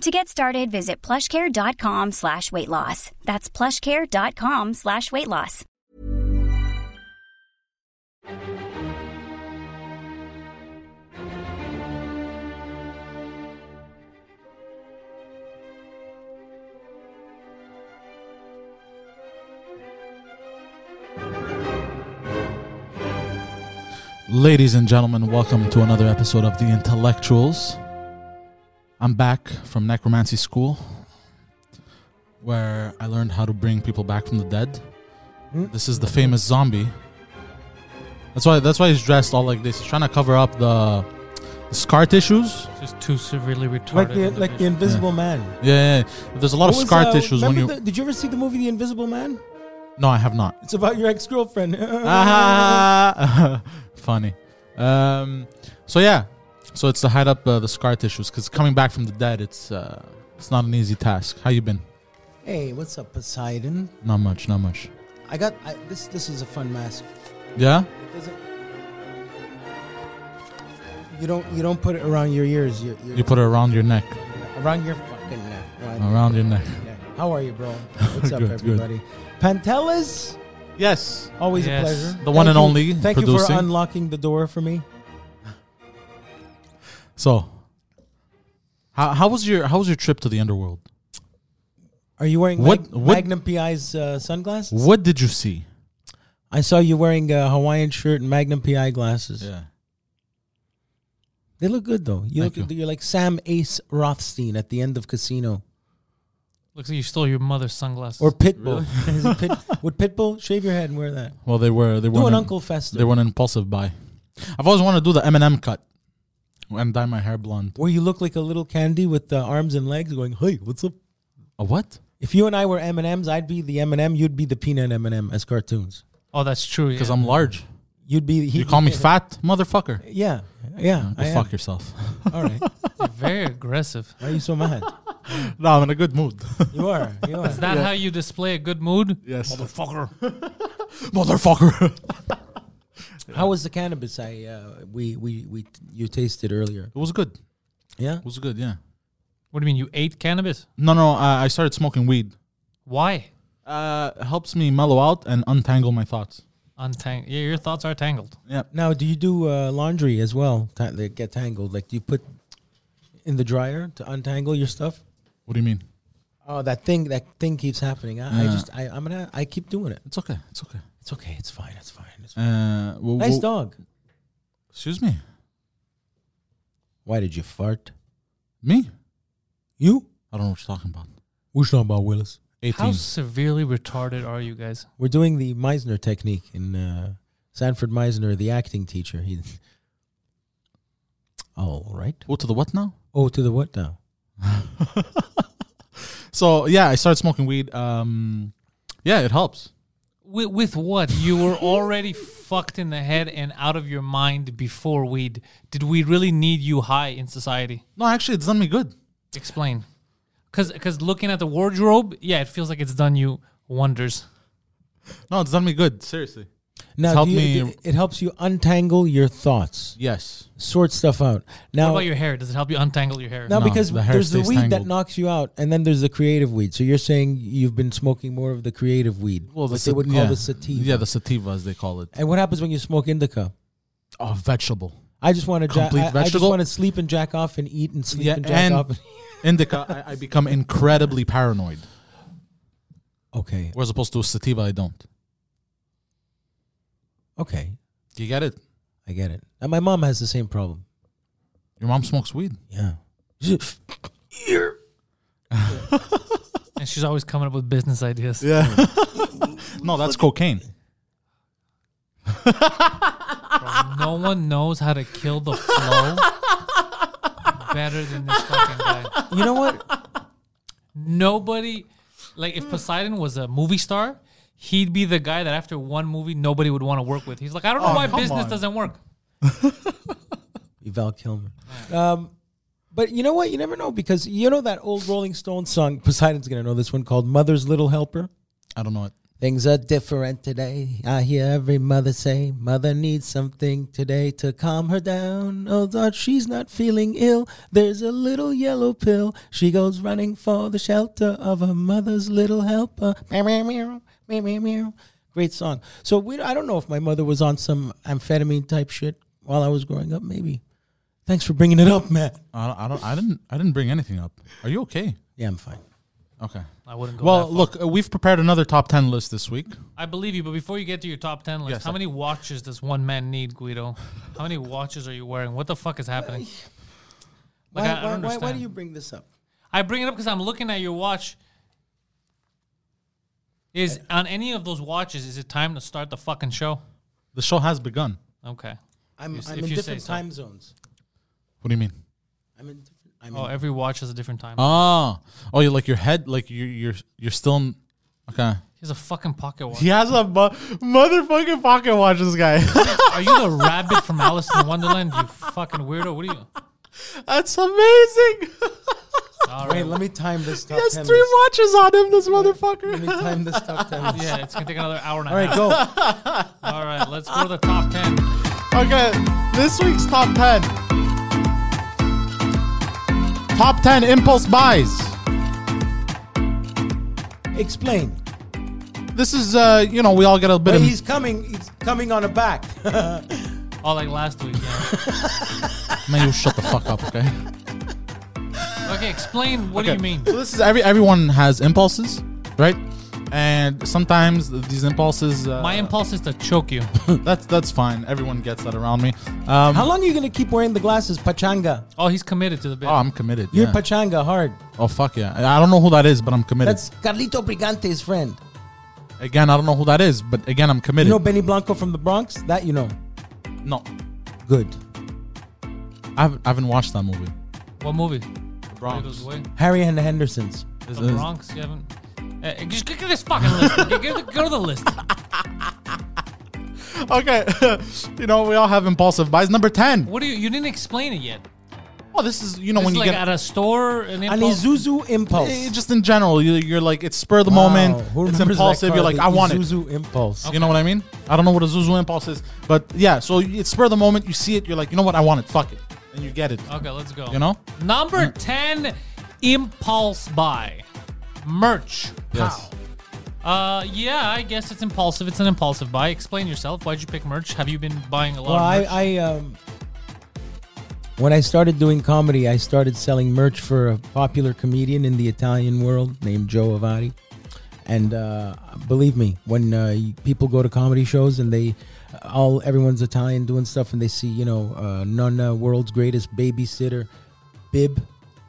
To get started, visit plushcare.com slash weight loss. That's plushcare.com slash weight loss. Ladies and gentlemen, welcome to another episode of The Intellectuals. I'm back from necromancy school where I learned how to bring people back from the dead. Hmm. This is the famous zombie. That's why that's why he's dressed all like this. He's trying to cover up the, the scar tissues. Just too severely retarded. Like the in like the vision. Invisible Man. Yeah, yeah, yeah. there's a lot What of was, scar uh, tissues when you remember the- did you ever see the movie The Invisible Man? No, I have not. It's about your ex girlfriend. Ah, funny. Um, so yeah, so it's to hide up uh, the scar tissues because coming back from the dead, it's uh, it's not an easy task. How you been? Hey, what's up, Poseidon? Not much, not much. I got I, this. This is a fun mask. Yeah, It doesn't. You don't you don't put it around your ears. You, you, you put it around your neck, around your fucking neck. Around your around your neck. neck. How are you, bro? What's up, Good, good. everybody? Pantelis, Yes, always Yes. a pleasure. The one and you- only Thank producing. you for unlocking the door for me. So, how, how was your how was your trip to the underworld? Are you wearing What- Mag- what- Magnum PI's uh, sunglasses? What did you see? I saw you wearing a Hawaiian shirt and Magnum PI glasses. They look good though. You Thank look you. are like Sam Ace Rothstein at the end of Casino Looks like you stole your mother's sunglasses. or Pitbull. Is it Pit- would Pitbull shave your head and wear that? Well, they were they Do were an an Uncle Fester. they were an impulsive buy. I've always wanted to do the Eminem cut and dye my hair blonde. where you look like a little candy with the arms and legs going, "Hey, what's up?" A what? If you and I were M and M's, I'd be the M and M. You'd be the peanut M and M as cartoons. oh, that's true. Because yeah. I'm large. You'd be. He, You call me fat, motherfucker. Yeah, yeah. Go I am. fuck yourself. All right. You're very aggressive. Why are you so mad? no, I'm in a good mood. You are. You are. Is that how you display a good mood? yes. Motherfucker. Motherfucker. it How was the cannabis I uh, we we we you tasted earlier? was good. Yeah. It was good, yeah. What do you mean? You ate cannabis? No, no, I, I started smoking weed. Why? Uh, it helps me mellow out and untangle my thoughts. Untangled. Yeah, your thoughts are tangled. Now, do you do uh, laundry as well? Ta- They get tangled. Like, do you put in the dryer to untangle your stuff? What do you mean? Oh, that thing, that thing keeps happening. I, I Yeah. just, I, I'm gonna, I keep doing it. It's okay. It's okay. It's okay. It's fine. It's fine. It's fine. Uh, w- Nice w- dog. Excuse me. Why did you fart? Me? You? I don't know what you're talking about. We're talking about Willis. 18. How severely retarded are you guys? We're doing the Meisner technique in uh, Sanford Meisner, the acting teacher. He. All right. Go to the what now? Oh, to the what now? So, yeah, I started smoking weed. Um, yeah, it helps. With, with what? You were already fucked in the head and out of your mind before weed. Did we really need you high in society? No, actually, it's done me good. Explain. Because looking at the wardrobe, yeah, it feels like it's done you wonders. No, it's done me good. Seriously. Now, helped do you, me- it helps you untangle your thoughts, Yes. sort stuff out. What Now, about your hair? Does it help you untangle your hair? Now, No, because the hair there's the stays weed that tangled. knocks you out, and then there's the creative weed. So you're saying you've been smoking more of the creative weed, Well, what sat- they would call yeah. the sativa. Yeah, the sativa, as they call it. and what happens when you smoke indica? Oh, vegetable. I just want to jack. Complete I, I just vegetable? want to sleep and jack off and eat and sleep Yeah, and jack and- off. Indica, I, I become incredibly paranoid. okay, Whereas opposed to sativa, I don't. okay, You get it? I get it. And my mom has the same problem. Your mom smokes weed. Yeah, and she's always coming up with business ideas. Yeah. no, that's cocaine. No one knows how to kill the flow better than this fucking guy. you know what? Nobody, like, if Poseidon was a movie star, he'd be the guy that after one movie nobody would want to work with. He's like, I don't know Oh, why come business on. doesn't work. Val Kilmer. Um, but you know what? You never know because you know that old Rolling Stones song. Poseidon's gonna know this one called "Mother's Little Helper." I don't know it. Things are different today. I hear every mother say, Mother needs something today to calm her down. Oh, that she's not feeling ill. There's a little yellow pill. She goes running for the shelter of her mother's little helper. Meow, meow, meow, meow, meow, meow. Great song. So we, I don't know if my mother was on some amphetamine type shit while I was growing up. Maybe. Thanks for bringing it up, Matt. I don't, I don't. I didn't. I didn't bring anything up. Are you okay? Yeah, I'm fine. Okay. I wouldn't go. that Well, far. look, uh, we've prepared another top ten list this week. I believe you, but before you get to your top ten list, Yes, how I- many watches does one man need, Guido? How many watches are you wearing? What the fuck is happening? Like, why, I, I don't why, why, understand. why do you bring this up? I bring it up because I'm looking at your watch. Is on any of those watches? Is it time to start the fucking show? The show has begun. Okay. I'm, You s- I'm if in you say different so. time zones. What do you mean? I'm in different. Mm. I'm Oh, in every watch has a different time. Oh, oh, you like your head, like you, you're, you're still. In, okay. He's a fucking pocket watch. He has a mo- motherfucking pocket watch. This guy. Are you the rabbit from Alice in Wonderland? You fucking weirdo. What are you? That's amazing. All Wait, right. let me time this top He has 10 three list. watches on him. This motherfucker. Let me time this top 10 list. Yeah, it's gonna take another hour and a All right, half. go. All right, let's go to the top ten. Okay, this week's top 10. Top 10 impulse buys. Explain. This is, uh, you know, we all get a bit But of. he's coming. He's coming on a back. Oh, like last week. Yeah. Man, you shut the fuck up, okay? Okay, explain. What do you mean? So, this is every everyone has impulses, right? And sometimes these impulses. Uh, My impulse is to choke you. That's that's fine. Everyone gets that around me. Um, How long are you gonna keep wearing the glasses, Pachanga? Oh, he's committed to the bit. oh, I'm committed. You're yeah. Pachanga hard. oh, fuck yeah. I I don't know who that is, but I'm committed. That's Carlito Brigante's friend. Again, I don't know who that is, but again, I'm committed. You know Benny Blanco from the Bronx? That you know. no, Good. I haven't, I haven't watched that movie. what movie? Guido's Bronx. Way. Harry and the Hendersons. Is- The is- Bronx. You haven't. Eh, just get this fucking list. Get- get- go to the list. Okay, you know we all have impulsive buys. Number ten. What do you? You didn't explain it yet. Oh, this is you know It's when you like get at a store, an An impulse. Izuzu impulse. eh, just in general, you, you're like it's spur of the Wow, who moment. It's remembers that impulsive. car, You're like the I want it. Isuzu impulse. You know what I mean? I don't know what a Zuzu impulse is, but yeah. So you- it's spur of the moment. You see it. You're like, you know what? I want it. Fuck it, and you get it. Okay, let's go. You know? number Mm. ten, impulse buy, merch. Yes. Uh, yeah, I guess it's impulsive. It's an impulsive buy. Explain yourself. Why'd you pick merch? Have you been buying a lot Well, of I, merch? I um, when I started doing comedy, I started selling merch for a popular comedian in the Italian world named Joe Avati. And uh, believe me, when uh, y- people go to comedy shows and they all everyone's Italian doing stuff, and they see you know uh, Nonna, world's greatest babysitter, bib,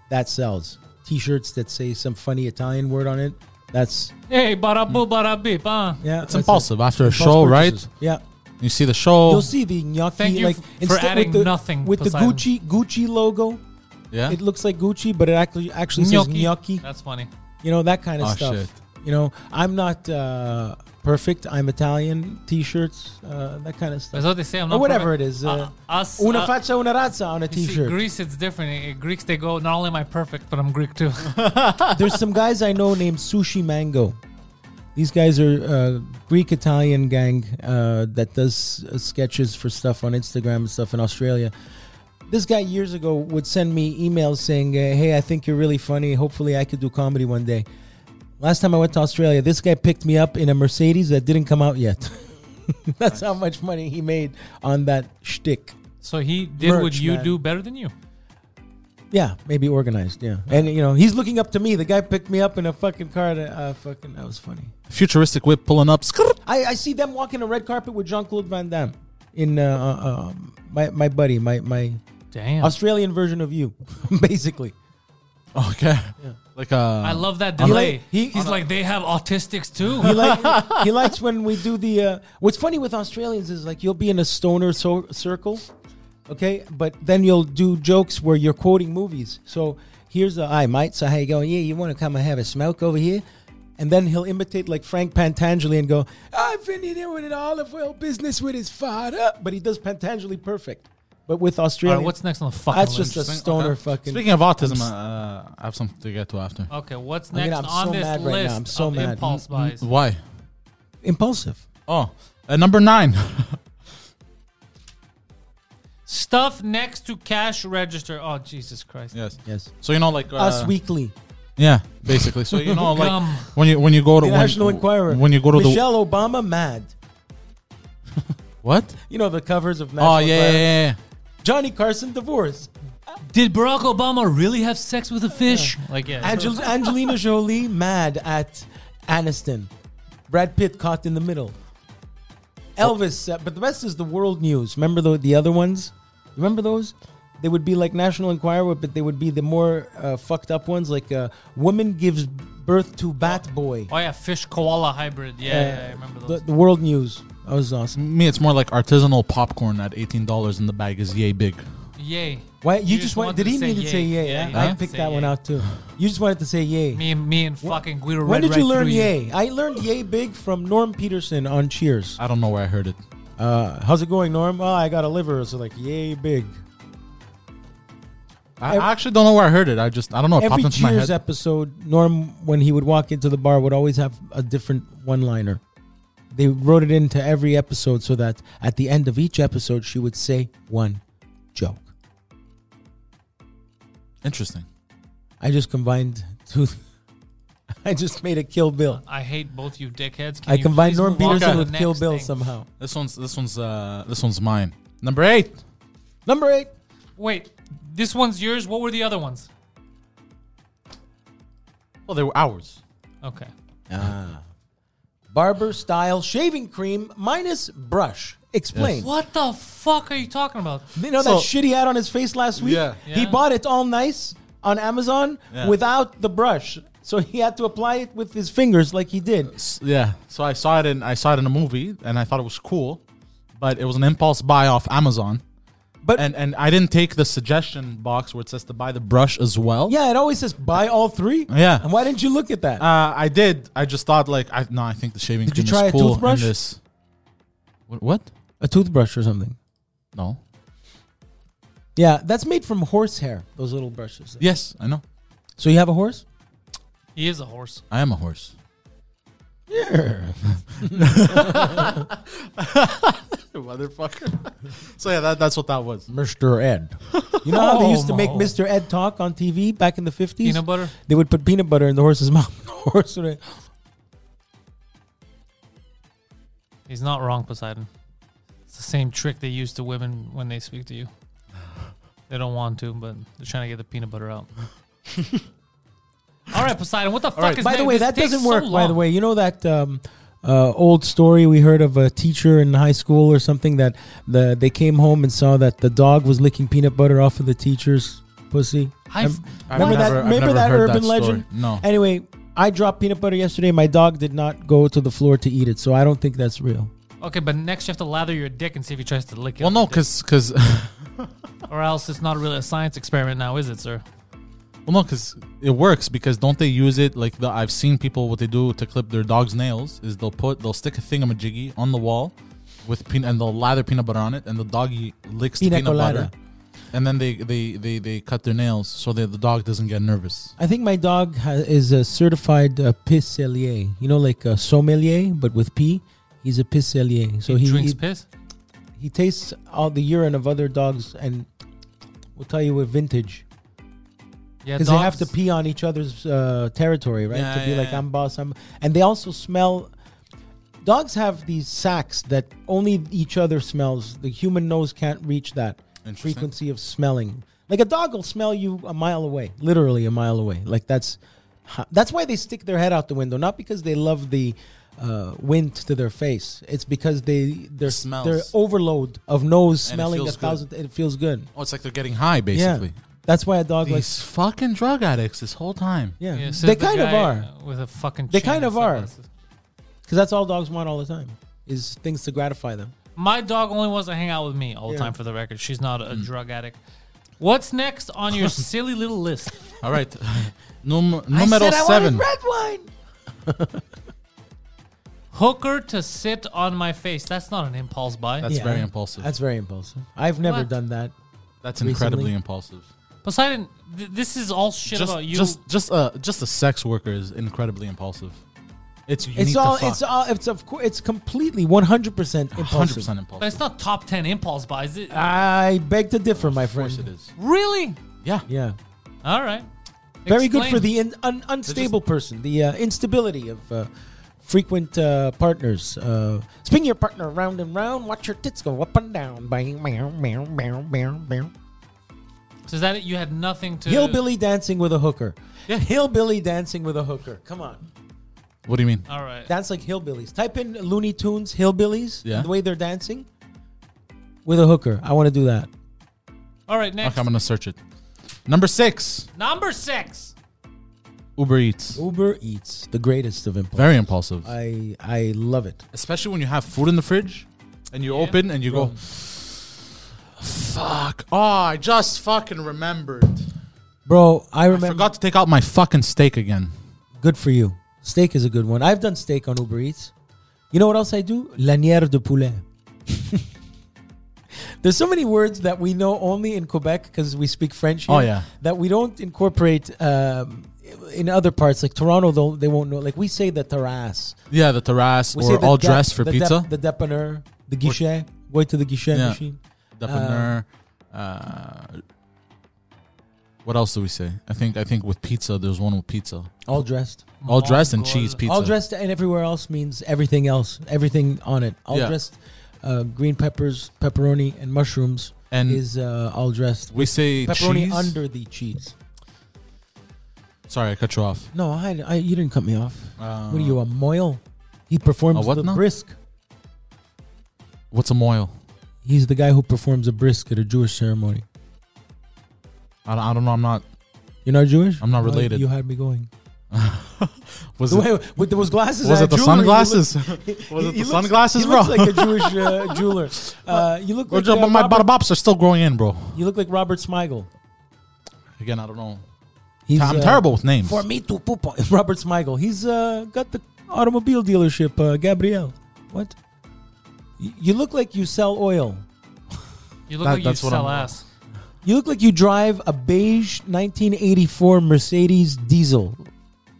that sells. T-shirts that say some funny Italian word on it. That's hey, barabu barabip, huh? Mm. yeah, It's that's it. impulsive after a Impulse show, purchases. Yeah. right? You see the show. You'll see the gnocchi. Oh, Thank you like, f- for instead- adding with the, nothing, with Poseidon. the Gucci Gucci logo. yeah. It looks like Gucci, but it actually actually says gnocchi. That's funny. You know that kind of Oh, stuff. shit. You know, I'm not uh, perfect. I'm Italian. T-shirts, uh, that kind of stuff, That's what they say. I'm not or whatever perfect. it is. Uh, Uh, us, una uh, faccia, una razza on a you see, T-shirt. Greece, it's different. In- in Greeks, they go, not only am I perfect, but I'm Greek too. There's some guys I know named Sushi Mango. These guys are uh, Greek Italian gang uh, that does uh, sketches for stuff on Instagram and stuff in Australia. This guy years ago would send me emails saying, uh, "Hey, I think you're really funny. Hopefully, I could do comedy one day." Last time I went to Australia, this guy picked me up in a Mercedes that didn't come out yet. That's how much money he made on that shtick. so he did what Merch, you man. do better than you. Yeah, maybe organized. Yeah, and you know he's looking up to me. The guy picked me up in a fucking car. That uh, fucking that was funny. Futuristic whip pulling up. Skrrt. I, I see them walking a red carpet with Jean Claude Van Damme in uh, uh, um, my my buddy, my my Damn. Australian version of you, basically. Okay. Like uh. I love that He delay. like- he- He's like, they have autistics too. He, like, he likes when we do the. Uh, what's funny with Australians is like you'll be in a stoner so- circle, okay, but then you'll do jokes where you're quoting movies. So here's the I mate. So how you going? Yeah, you want to come and have a smoke over here? and then he'll imitate like Frank Pantangeli and go, "I've been in here with an olive oil business with his father," but he does Pantangeli perfect. But with All Australia, right, what's next on the fucking that's just list? a Interesting. stoner Okay. fucking. Speaking of autism, uh, I have something to get to after. okay, what's I mean, next I'm on so this mad right now. list I'm so of mad. impulse buys? Why? impulsive. Oh, uh, number nine. Stuff next to cash register. Oh Jesus Christ! yes. Yes, So you know, like uh, Us Weekly, Yeah, basically. So you know, like Gum. when you when you go to the when, National Enquirer. when you go to Michelle Obama mad. the what? You know the covers of National Oh yeah, yeah, Enquirer. yeah, yeah. Johnny Carson divorce. Did Barack Obama really have sex with a fish? Like yeah, Angel- Angelina Jolie mad at Aniston. Brad Pitt caught in the middle. Elvis, uh, but the best is the world news. Remember the the other ones? Remember those? They would be like National Enquirer, but they would be the more uh, fucked up ones, like uh, woman gives birth to bat boy. Uh, Oh yeah, fish koala hybrid. Yeah, yeah, I remember the, those. the world news. That was awesome. Me, it's more like artisanal popcorn at eighteen dollars in the bag is yay big. Yay. Why you, You just, just wanted? wanted Did he to mean say to say yay. yay? Yeah, I- you I, wanted to picked say that one yay. out too. You just wanted to say yay. Me and me and fucking Guido. when read did right you learn through yay? I learned yay big from Norm Peterson on Cheers. I don't know where I heard it. Uh, how's it going, Norm? Oh, I got a liver, so like, yay, big. I, Ev- I actually don't know where I heard it. I just I don't know. It Every popped into my Cheers head. episode, Norm, when he would walk into the bar, would always have a different one-liner. They wrote it into every episode so that at the end of each episode, she would say one joke. Interesting. I just combined two. I just made a Kill Bill. I hate both you dickheads. Can I you combined please Norm move on to Peterson the with Kill next Bill thing? somehow. This one's this one's uh this one's mine. Number eight. Number eight. Wait, this one's yours. What were the other ones? Well, Oh, they were ours. Okay. Ah. Barber style shaving cream minus brush. Explain. What the fuck are you talking about? You know that So- shit he had on his face last week? Yeah. He Yeah. bought it all nice on Amazon Yeah. without the brush. So he had to apply it with his fingers like he did. S- Yeah. So I saw it in I saw it in a movie and I thought it was cool, but it was an impulse buy off Amazon. But And and I didn't take the suggestion box where it says to buy the brush as well. yeah, it always says buy all three. Yeah. And why didn't you look at that? Uh, I did. I just thought like I no. I think the shaving Did you cream try a is cool toothbrush? in this. What? what? a toothbrush or something. No. Yeah, that's made from horsehair, those little brushes. Yes, I know. So you have a horse? He is a horse. I am a horse. Yeah. Motherfucker. so yeah, that, that's what that was. Mr. Ed. You know how they used to make Oh. Mr. Ed talk on TV back in the 50s? Peanut butter. They would put peanut butter in the horse's mouth. The horse would- He's not wrong, Poseidon. It's the same trick they use to women when they speak to you. They don't want to, but they're trying to get the peanut butter out. All right, Poseidon. What the fuck right. is by the next? way, This that takes doesn't so work. by the long. way, you know that um, uh, old story we heard of a teacher in high school or something that the they came home and saw that the dog was licking peanut butter off of the teacher's pussy. I've- I've never- remember that? I've remember never that heard urban that story. legend? No. Anyway, I dropped peanut butter yesterday. My dog did not go to the floor to eat it, so I don't think that's real. Okay, but next you have to lather your dick and see if he tries to lick it. Well, up no, your dick. because because or else it's not really a science experiment now, is it, sir? well, no, because it works because don't they use it like the I've seen people what they do to clip their dog's nails is they'll put they'll stick a thingamajiggy on the wall with peanut and they'll lather peanut butter on it and the doggy licks Pina the peanut colada. butter and then they they they, they cut their nails so that the dog doesn't get nervous. I think my dog ha- is a certified uh, pisselier. You know, like a sommelier, but with P. He's a pisselier. So he, drinks he- piss. he tastes all the urine of other dogs and will tell you what vintage. Yeah, because they have to dogs- pee on each other's uh, territory, right? Yeah, to be yeah, like, yeah. I'm boss, I'm. And they also smell. Dogs have these sacks that only each other smells. The human nose can't reach that Interesting. frequency of smelling. Like a dog will smell you a mile away, literally a mile away. Like that's ho- that's why they stick their head out the window, not because they love the uh, wind to their face. It's because they their smells. their overload of nose And it smelling a feels good. thousand. It feels good. Oh, it's like they're getting high, basically. Yeah, that's why a dog likes. These fucking drug addicts this whole time. Yeah, Yeah, says they the kind of guy uh, are. With a fucking. They chain kind and of are. sunglasses. Because that's all dogs want all the time is things to gratify them. My dog only wants to hang out with me all the Yeah. time. For the record, she's not Hmm. a drug addict. What's next on your silly little list? All right. Num- numero seven. red wine. Hooker to sit on my face. That's not an impulse buy. That's Yeah. very impulsive. That's, That's very impulsive. I've never What? done that. incredibly recently. impulsive. Poseidon, th- this is all shit just, about you. just, just a just a sex worker is incredibly impulsive. It's you It's need all, to fuck. it's all. It's of course. It's completely one hundred percent hundred impulsive. percent but it's impulsive. not top 10 impulse buys. It, Ah. I beg to differ, my Of course it friend. is. really? Yeah, Yeah, All right. very good Explain. for the in, un, unstable person. The uh, instability of uh, frequent uh, partners. Uh, spin your partner round and round. Watch your tits go up and down. Bang, meow, meow, meow, meow, meow. So is that it? You had nothing to. Hillbilly dancing with a hooker. Hillbilly dancing with a hooker. Come on. What do you mean? All right. Dance like hillbillies. Type in Looney Tunes hillbillies. Yeah. The way they're dancing with a hooker. I want to do that. All right, next. Okay, I'm gonna search it. Number six, Number six. Uber Eats. Uber Eats, the greatest of impulse. Very impulsive, I I love it. especially when you have food in the fridge and you Yeah. open and you go, "Fuck! Oh, I just fucking remembered. Bro, I I remember forgot to take out my fucking steak again." good for you. Steak is a good one. I've done steak on Uber Eats. You know what else I do? Lanière de poulet. There's so many words that we know only in Quebec because we speak French. Here Oh, yeah. that we don't incorporate um, in other parts like Toronto. Though they won't know. Like we say the terrasse, Yeah, the terrace we say or the all dep- dressed for the pizza. dep- the depaner, the guichet, go to the guichet Yeah. machine. Depaner. Uh, what else do we say? I think I think with pizza, there's one with pizza. All dressed, All dressed and Mongol. cheese pizza. all dressed, and everywhere else means everything else, everything on it. All Yeah. dressed, uh, green peppers, pepperoni, and mushrooms and is uh, all dressed. we say Pepperoni cheese. under the cheese. Sorry, I cut you off. No, I, I you didn't cut me off. Uh, what are you a moil? He a performs what the now? brisk. What's a moil? He's the guy who performs a brisk at a Jewish ceremony. I don't, I don't know. I'm not. You're not Jewish? I'm not Well, related. You had me going. Was The it, way, with those glasses, was I it the had jewelry, you look- sunglasses? was he- it he the looks- sunglasses, he bro? looks like a Jewish uh, jeweler. Uh, you look Well, like Joe, uh, but my Robert, bops are still growing in, bro. you look like Robert Smigel. Again, I don't know. He's, I'm uh, terrible with names. For me to poop on. Robert Smigel. He's uh, got the automobile dealership. Uh, Gabriel, what? Y- you look like you sell oil. You look That- like you that's what sell I'm- ass. You look like you drive a beige 1984 Mercedes diesel,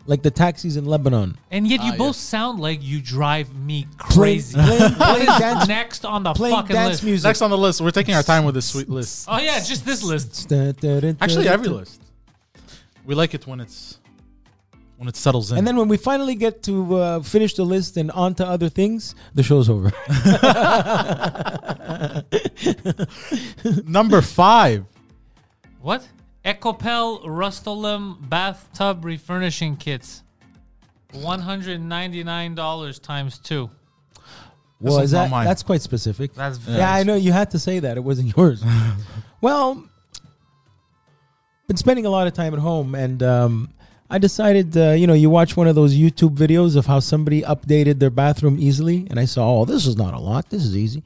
like the taxis in Lebanon. And yet you Ah, both yes. sound like you drive me Plain- crazy. plain- What plain is dance- next on the Playing fucking dance list? music. Next on the list, we're taking our time with this sweet list. Oh yeah, just this list. Actually, every list. We like it when it's when it settles in. And then when we finally get to uh, finish the list and on to other things, the show's over. number five. Oh What? Ecopel Rustolum bathtub refurnishing kits. One hundred ninety nine dollars times two. well, one's is not that, mine. that's quite specific. That's yeah, I know you had to say that. It wasn't yours. well, been spending a lot of time at home, and um, I decided, uh, you know, you watch one of those YouTube videos of how somebody updated their bathroom easily, and I saw, oh, this is not a lot. This is easy.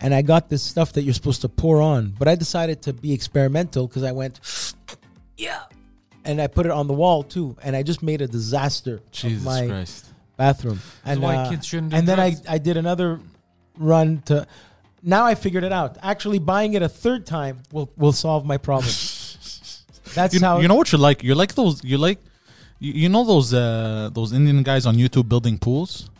And I got this stuff that you're supposed to pour on, but I decided to be experimental because I went, yeah. And I put it on the wall too, and I just made a disaster Jesus of my Christ. bathroom. And uh, why kids shouldn't do And then I, drugs. I did another run to. Now I figured it out. Actually, buying it a third time will will solve my problem. That's You, how you know what you're like? You're like those. You're like, you, you know those uh, those Indian guys on YouTube building pools.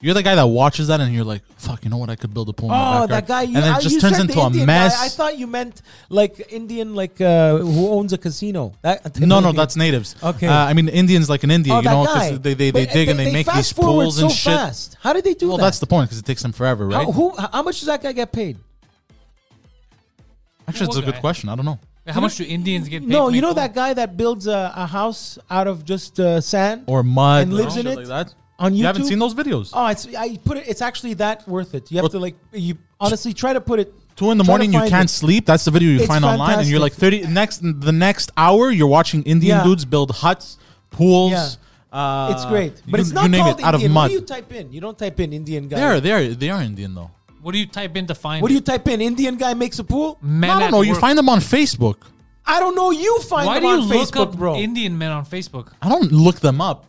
You're the guy that watches that, and you're like, "Fuck, you know what? I could build a pool." in my Oh, backyard. that guy! You, and then I- it just you turns said the into a Indian guy. mess. I thought you meant like Indian, like uh, who owns a casino. That, no, no, that's natives. Okay. Uh, I mean, Indians like in India, oh, you that know, guy. 'cause they they, they But uh, dig and they, make fast these forward pools so and shit. Fast. How did they do Well, that? that's the point because it takes them forever, right? How, who? How much does that guy get paid? Actually, it's a What good guy? question. I don't know. How much do Indians get paid? No, to you make know cool- that guy that builds a, a house out of just uh, sand Or mud And lives or in shit it? Like that. on YouTube. You haven't seen those videos. Oh, it's I put it. It's actually that worth it. You have Well- to like you honestly try to put it. Two in the try to morning, you find can't it. sleep. That's the video you It's find online, and you're like thirty. Next, the next hour, you're watching Indian Yeah. dudes build huts, pools. Yeah. Uh, It's great, but you- it's you not name called it, out of Indian. What mud. do you type in? You don't type in Indian guy. They are, they are, they are Indian though. What do you type in to find? What do you type in? Indian guy makes a pool. Men I at don't know. You work. find them on Facebook. I don't know. You find Why them do you on look Facebook, up bro. Indian men on Facebook? I don't look them up.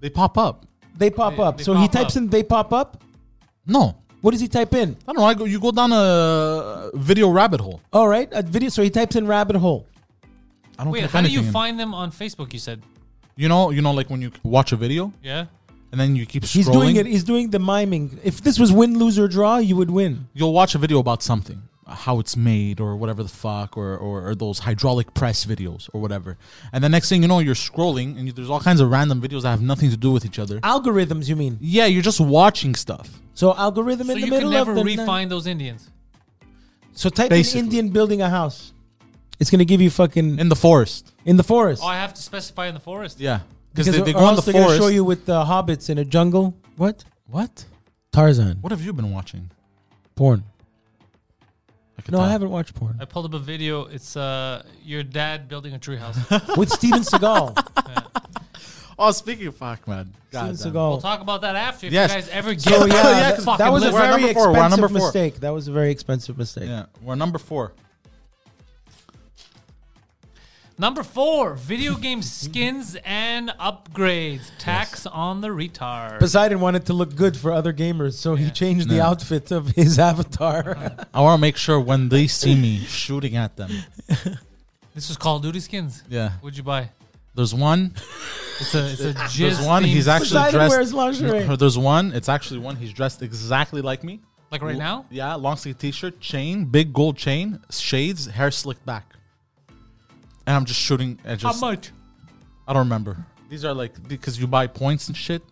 They pop up. They pop They- up. they so he pop types up. in they pop up. No, What does he type in? I don't know. I go, you go down a video rabbit hole. All right, a video. So he types in rabbit hole. I don't. Wait, type how do you anything in. find them on Facebook? You said, You know, you know, like when you watch a video yeah. and then you keep scrolling. He's doing it. He's doing the miming. If this was win, lose, or draw, you would win. You'll watch a video about something, how it's made, or whatever the fuck, or, or or those hydraulic press videos, or whatever. And the next thing you know, you're scrolling, and there's all kinds of random videos that have nothing to do with each other. Algorithms, you mean? Yeah, you're just watching stuff. So algorithm So in the you middle can never of the night. re-find those Indians. So type Basically. in Indian building a house. It's gonna give you fucking in the forest. in the forest. Oh, I have to specify in the forest. Yeah, because they, or- they or go in else the they're gonna forest. show you with the hobbits in a jungle. What? what? Tarzan. What have you been watching? Porn. I could No, I tell. haven't watched porn. I pulled up a video. It's uh your dad building a treehouse. With Steven Seagal. Oh, speaking of fuck, man. Steven God damn. Seagal. We'll talk about that after. If Yes. you guys ever get So yeah, Yeah, that- 'cause that fucking was a we're at very number four, we're at expensive number four. mistake. That was a very expensive mistake. Yeah, we're number four. Number four, video game skins and upgrades. Tax on the retard. Poseidon wanted to look good for other gamers, so he changed the No. outfit of his avatar. I want to make sure when they see me shooting at them. this was Call of Duty skins. Yeah, What'd you buy? there's one. It's a it's a There's jizz one. themed- He's actually Poseidon dressed. wears lingerie. No, There's one. It's actually one. He's dressed exactly like me. like right now. Yeah, long sleeve T-shirt, chain, big gold chain, shades, hair slicked back, and I'm just shooting. At just, How much? I don't remember. These are like because you buy points and shit,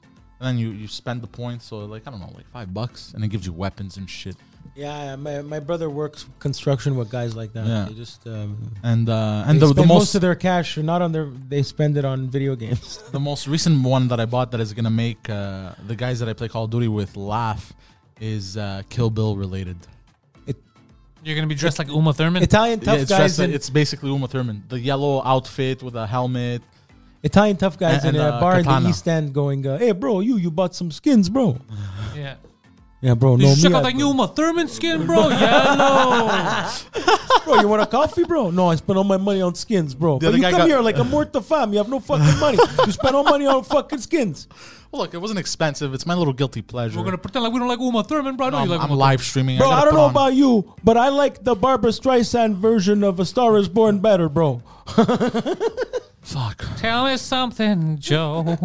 and then you you spend the points. So like I don't know, like five bucks, and it gives you weapons and shit. yeah, yeah, my, my brother works construction with guys like that. Yeah. They just um, And uh, and the, spend the most, most of their cash not on their they spend it on video games. the most recent one that I bought that is gonna make uh, the guys that I play Call of Duty with laugh is uh, Kill Bill related. You're gonna be dressed like Uma Thurman. Italian tough yeah, it's, guys just, in, it's basically Uma Thurman, the yellow outfit with a helmet. Italian tough guys and, in a uh, bar in the katana. East End going, uh, "Hey bro, you you bought some skins, bro." yeah. Yeah, bro, Did no you check me, out I- that new Uma Thurman skin, bro? Yellow. bro, you want a coffee, bro? No, I spent all my money on skins, bro. The But other you guy come got- here like a morta fam. You have no fucking money. you spent all money on fucking skins. Well, look, it wasn't expensive. It's my little guilty pleasure. We're gonna pretend like we don't like Uma Thurman, bro. I know No, I'm, you like Um, I'm Uma live streaming. Bro, gotta I, don't put know on- about you, but I like the Barbara Streisand version of A Star Is Born better, bro. Fuck. Tell me something, Joe.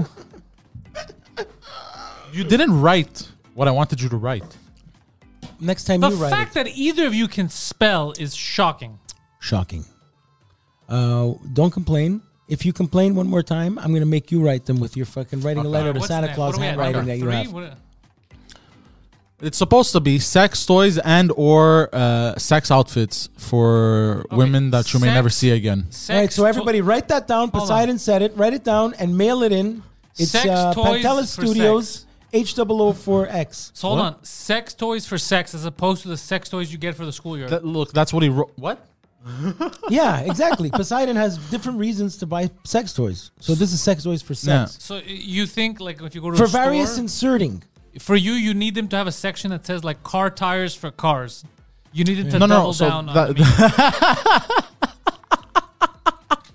You didn't write what I wanted you to write. Next time the you write fact it. that either of you can spell is shocking. Shocking. Uh, don't complain. If you complain one more time, I'm gonna make you write them with your fucking writing a letter Alright, to what's Santa next? Claus What are we at, handwriting number that you three? have. What- It's supposed to be sex toys and or uh, sex outfits for women that you may sex- never see again. Sex All right, so to- everybody write that down. Hold on. Poseidon said it. Write it down and mail it in. It's Sex uh, toys Pantella for Studios H004X. So hold What? on. Sex toys for sex as opposed to the sex toys you get for the schoolyard. That- look, that's what he wrote. What? yeah, exactly. Poseidon has different reasons to buy sex toys. So this is sex toys for Yeah. sex. so uh, you think like if you go to For a store, various inserting. for you you need them to have a section that says like car tires for cars. You need them to No, no, double no. So down on. that-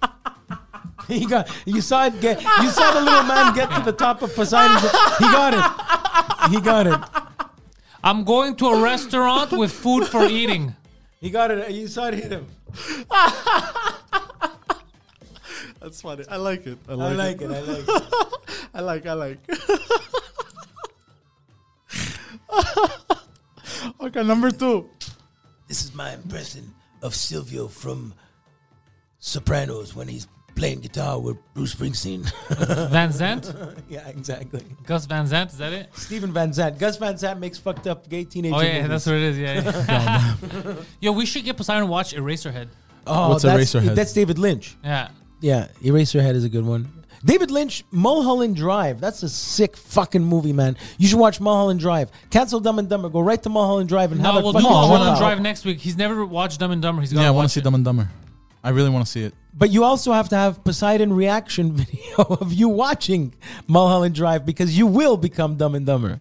the meat. He got you saw it get you saw the little man get to the top of Poseidon's he got it. He got it. I'm going to a restaurant with food for eating. He got it. You saw it hit him. That's funny. I like it. I like it. I like it. I like. I like. okay, number two. This is my impression of Silvio from Sopranos when he's playing guitar with Bruce Springsteen. Van Zant, Yeah, exactly. Gus Van Zant, is that it? Stephen Van Zandt. Gus Van Zandt makes fucked up gay teenage. Oh yeah, movies. that's what it is. Yeah. yeah. Yo, we should get Poseidon to watch Eraserhead. Oh, What's that's, Eraserhead? That's David Lynch. Yeah. Yeah, Eraserhead is a good one. David Lynch, Mulholland Drive. That's a sick fucking movie, man. You should watch Mulholland Drive. Cancel Dumb and Dumber. Go right to Mulholland Drive and No, have a we'll do fucking Mulholland shootout. Drive next week. He's never watched Dumb and Dumber. He's Yeah, I to want watch to see it. Dumb and Dumber. I really want to see it. But you also have to have Poseidon reaction video of you watching Mulholland Drive because you will become Dumb and Dumber.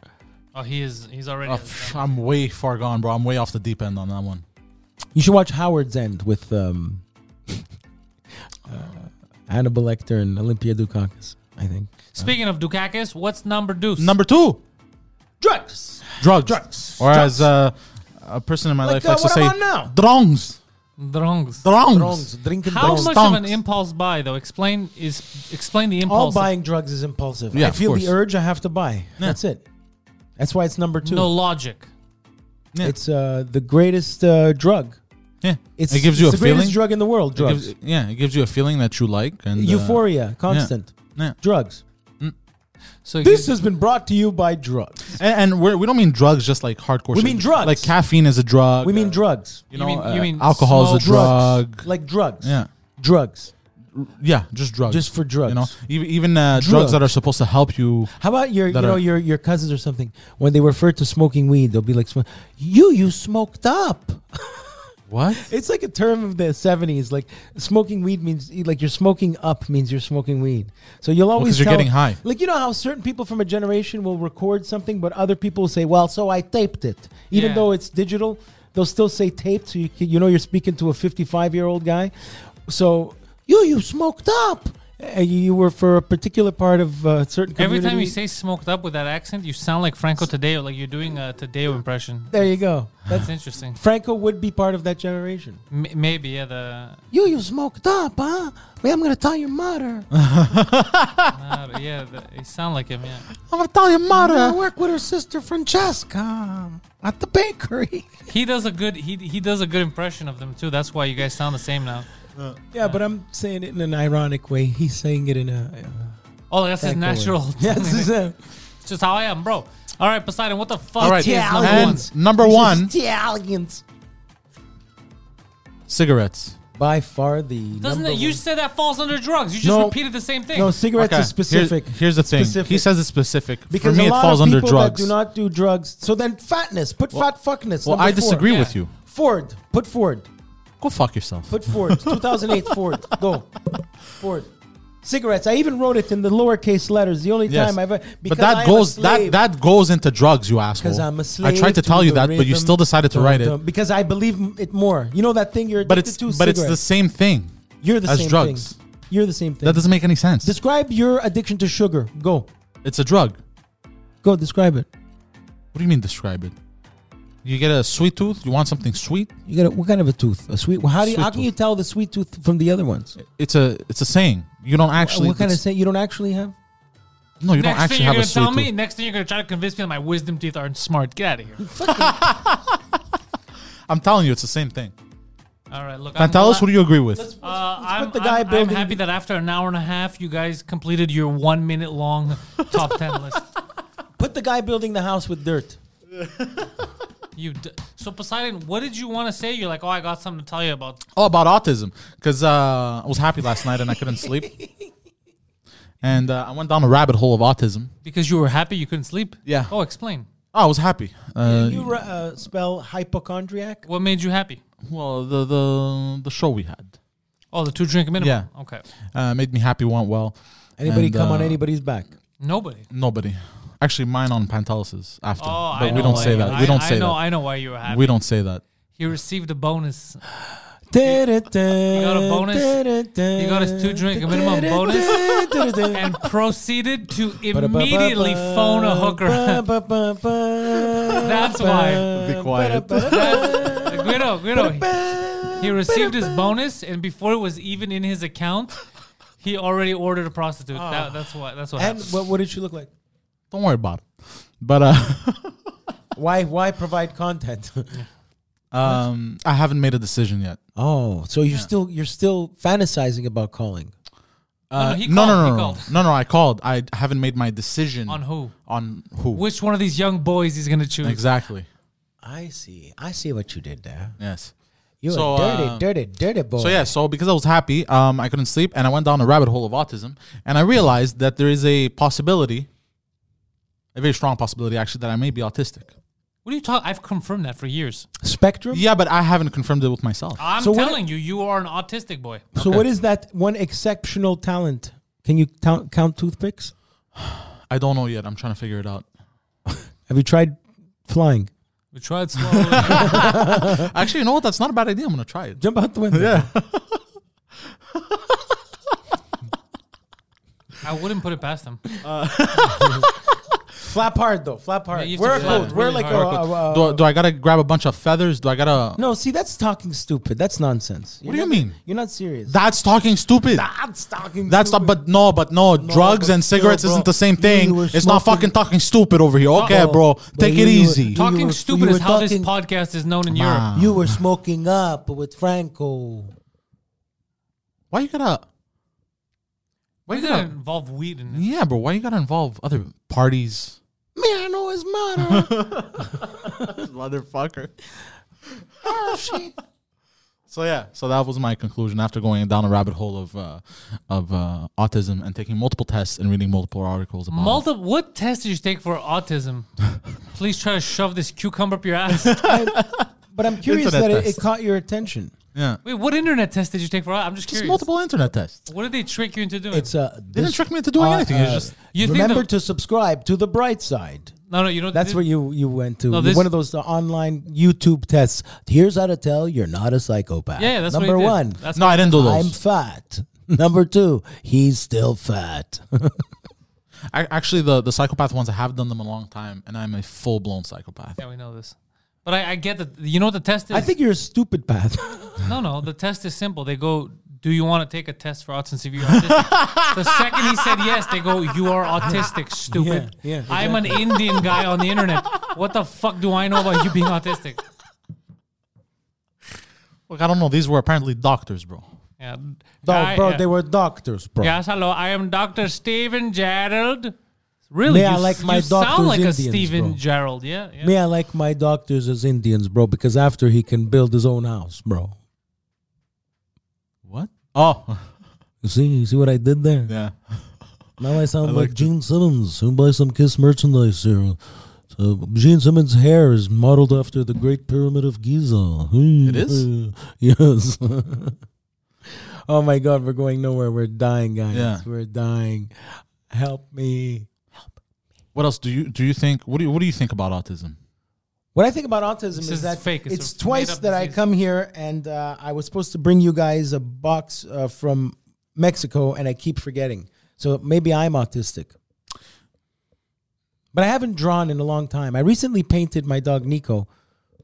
Oh, he is. He's already. Oh, pff, I'm way far gone, bro. I'm way off the deep end on that one. You should watch Howard's End with um, uh, Hannibal Lecter and Olympia Dukakis. I think. Speaking of Dukakis, what's number deuce? Number two, Drugs. drugs. Drugs. Or Drugs. as uh, a person in my Like, life likes uh, to what say, am I now? drongs. Drongs. Drongs. Drugs. Drinking How drugs. much of an Stonks. impulse buy though? Explain is explain the All impulse. buying drugs is impulsive. Yeah, I of feel the course. urge, I have to buy. That's it. That's why it's number two. no logic. Yeah. It's uh, the greatest uh, drug. Yeah. It's, it gives you it's a the feeling. greatest drug in the world. it Drugs. gives, yeah, it gives you a feeling that you like. and uh, Euphoria, constant. yeah. Drugs. So it This gives- has been brought to you by drugs. And, and we're, we don't mean drugs just like hardcore. We shit. mean drugs. Like caffeine is a drug. We mean drugs. you You know, mean- you uh, mean alcohol smoke. is a drug. Like drugs. Yeah, Drugs. yeah, just drugs. Just for drugs. You know, even even uh, drugs that are Drugs. supposed to help you. How about your, you That know, are- your your cousins or something? When they refer to smoking weed, they'll be like, "Smo- "You, you smoked up." What? It's like a term of the seventies. Like smoking weed means, like you're smoking up means you're smoking weed. So you'll always 'cause you're tell- getting high. Like you know how certain people from a generation will record something, but other people will say, "Well, so I taped it," even Yeah. though it's digital. They'll still say taped, so you can, you know you're speaking to a 55 year old guy. So you you smoked up. Uh, you you were for a particular part of uh, certain. every time community. you say smoked up with that accent, you sound like Franco Tadeo, like you're doing a Tadeo impression. there you go. That's interesting. Franco would be part of that generation. M- maybe yeah. The You you smoked up, huh? Well, I'm gonna tell your mother. uh, yeah, the, you sound like him. Yeah. I'm gonna tell your mother. I work with her sister Francesca at the bakery. He does a good he he does a good impression of them too. That's why you guys sound the same now. Yeah, but I'm saying it in an ironic way. He's saying it in a. uh, Oh, that's his Back natural. yeah, this is a It's just how I am, bro. All right, Poseidon, what the fuck All right. is number one? And number one, Italians. cigarettes. By far the. Doesn't number it? You one- said that false under drugs. You just No. repeated the same thing. No, cigarettes Okay, is specific. Here- here's the thing. Specific. He says it's specific. because For me, a it lot falls of under people drugs. that do not do drugs. So then fatness. Put fat fuckness. well, number I disagree Four. with Yeah. you. Ford. Put Ford. Go fuck yourself. Put Ford. 2008 Ford. Go. Ford. Cigarettes. I even wrote it in the lowercase letters. The only Yes. time I've. but because I that am a goes slave. that that goes into drugs, you asshole. Because I'm a slave. I tried to tell you the that, but you rhythm. still decided to Dum, write it. dum. Because I believe m- it more. You know that thing you're But addicted it's to? but it's the Cigarettes. same thing. You're the as same drugs. thing. You're the same thing. That doesn't make any sense. describe your addiction to sugar. Go. It's a drug. Go describe it. What do you mean describe it? You get a sweet tooth. You want something sweet. You got a, what kind of a tooth? A sweet. Well, how do you, Sweet how can tooth. you tell the sweet tooth from the other ones? It's a it's a saying. You don't actually. what kind of it's- say you don't actually have? No, you next don't actually thing you're have a gonna sweet tell tooth. me. Next thing you're gonna try to convince me that my wisdom teeth aren't smart. Get out of here. I'm telling you, it's the same thing. All right, look. I'm Pantelis, gla- what do you agree with? Uh, I'm, put the guy I'm, I'm building- happy that after an hour and a half, you guys completed your one minute long top ten list. Put the guy building the house with dirt. You d- so Poseidon, what did you want to say? You're like, oh, I got something to tell you about. Oh, about autism, because uh, I was happy last night and I couldn't sleep, and uh, I went down a rabbit hole of autism. Because you were happy you couldn't sleep. Yeah. Oh, explain. Oh, I was happy. Uh, Can you uh, spell hypochondriac? What made you happy? well, the the the show we had Oh, the two drink minimum. Yeah. Okay. uh, made me happy. Went well. Anybody And, come on uh, anybody's back? Nobody. Nobody, actually, mine on Pantelis's after, Oh, but I we know don't why say you- that. I, we don't I say know, that. I know why you were happy. we don't say that. He received a bonus. He got a bonus. He got his two drink minimum bonus. and proceeded to immediately phone a hooker. That's why. Be quiet. Guido, Guido. He received his bonus, and before it was even in his account, he already ordered a prostitute. That, that's what. That's what. Ah. And happened. what, what did she look like? Don't worry about it. But uh, Why why provide content? um, I haven't made a decision yet. oh, so you're still you're still fantasizing about calling. no, Uh, he no, called, no, he no, no, called. no, no. I called. I haven't made my decision On who? On who? Which one of these young boys he's gonna choose? exactly? I see. I see what you did there. Yes. You're So, a dirty, uh, dirty, dirty boy. Oh. So yeah, so because I was happy, um, I couldn't sleep, and I went down a rabbit hole of autism, and I realized that there is a possibility, a very strong possibility actually, that I may be autistic. What are you talking? I've confirmed that for years. Spectrum. Yeah, but I haven't confirmed it with myself. I'm So what- telling you, you are an autistic boy. So what is that one exceptional talent? Can you count, count toothpicks? I don't know yet. I'm trying to figure it out. Have you tried flying? We tried slowly. Actually, you know what? That's not a bad idea. I'm gonna try it. Jump out the window. Yeah. I wouldn't put it past him. Flap hard though. Flap hard. Yeah, you have to wear a flap coat. Wear really like a, hard. a- a- do, do I gotta grab a bunch of feathers? Do I gotta? No, see, that's talking stupid. That's nonsense. What do you mean? You're not serious. That's talking stupid. that's talking. That's not, but no, but no. drugs but and still, cigarettes bro. isn't the same You thing. were It's not smoking- fucking talking stupid over here. Okay, bro, take it easy. you Talking were- stupid you is were how this talking- podcast is known in Ma. Europe. you were smoking up with Franco. Why you gotta? Why Why you did it gotta? involve weed in it? Yeah, bro. Why you gotta involve other parties? Me, I know his mother. Motherfucker. So yeah, so that was my conclusion after going down a rabbit hole of uh, of uh, autism and taking multiple tests and reading multiple articles about it. Multiple. What test did you take for autism? Please try to shove this cucumber up your ass. but I'm curious Internet that it, it test. caught your attention. Yeah, Wait, what internet test did you take for? au- I'm just just curious. multiple internet tests. What did they trick you into doing? It's uh, a. They didn't trick me into doing anything, it's just- You think uh, remember the- to subscribe to the bright side. no, no, you don't. That's did- where you you went to No, this- one of those uh, online YouTube tests. Here's how to tell you're not a psychopath. Yeah, yeah, that's number what he one. did. That's No, I didn't do I'm those. fat. Number two, he's still fat. I, actually, the the psychopath ones I have done them a long time, and I'm a full blown psychopath. yeah, we know this. But I, I get that. You know what the test is? I think you're a stupid path. No, no. The test is simple. They go, "Do you want to take a test for autism?" Severe autistic? the second he said yes, they go, "You are autistic, stupid." Yeah, yeah, I'm an Indian guy on the internet. What the fuck do I know about you being autistic? Look, I don't know. These were apparently doctors, bro. Yeah, Dog, I- bro, yeah. they were doctors, bro. Yes, hello. I am Doctor Stephen Gerald. Really, May I you, like s- my you sound doctors like Indians, a Stephen bro. Gerald. Yeah, yeah. Me, I like my doctors as Indians, bro, because after he can build his own house, bro. What? Oh, You see, you see what I did there? yeah. Now I sound I like, liked Gene Simmons, who buys some Kiss merchandise here. So Gene Simmons' hair is modeled after the Great Pyramid of Giza. It is? yes. oh my God, we're going nowhere. We're dying, guys. Yeah. We're dying. Help me. What else do you do? You think? What do you What do you think about autism? What I think about autism This is, is that fake. It's it's, a twice made-up that I disease. come here and uh, I was supposed to bring you guys a box uh, from Mexico and I keep forgetting. So maybe I'm autistic. But I haven't drawn in a long time. I recently painted my dog Nico.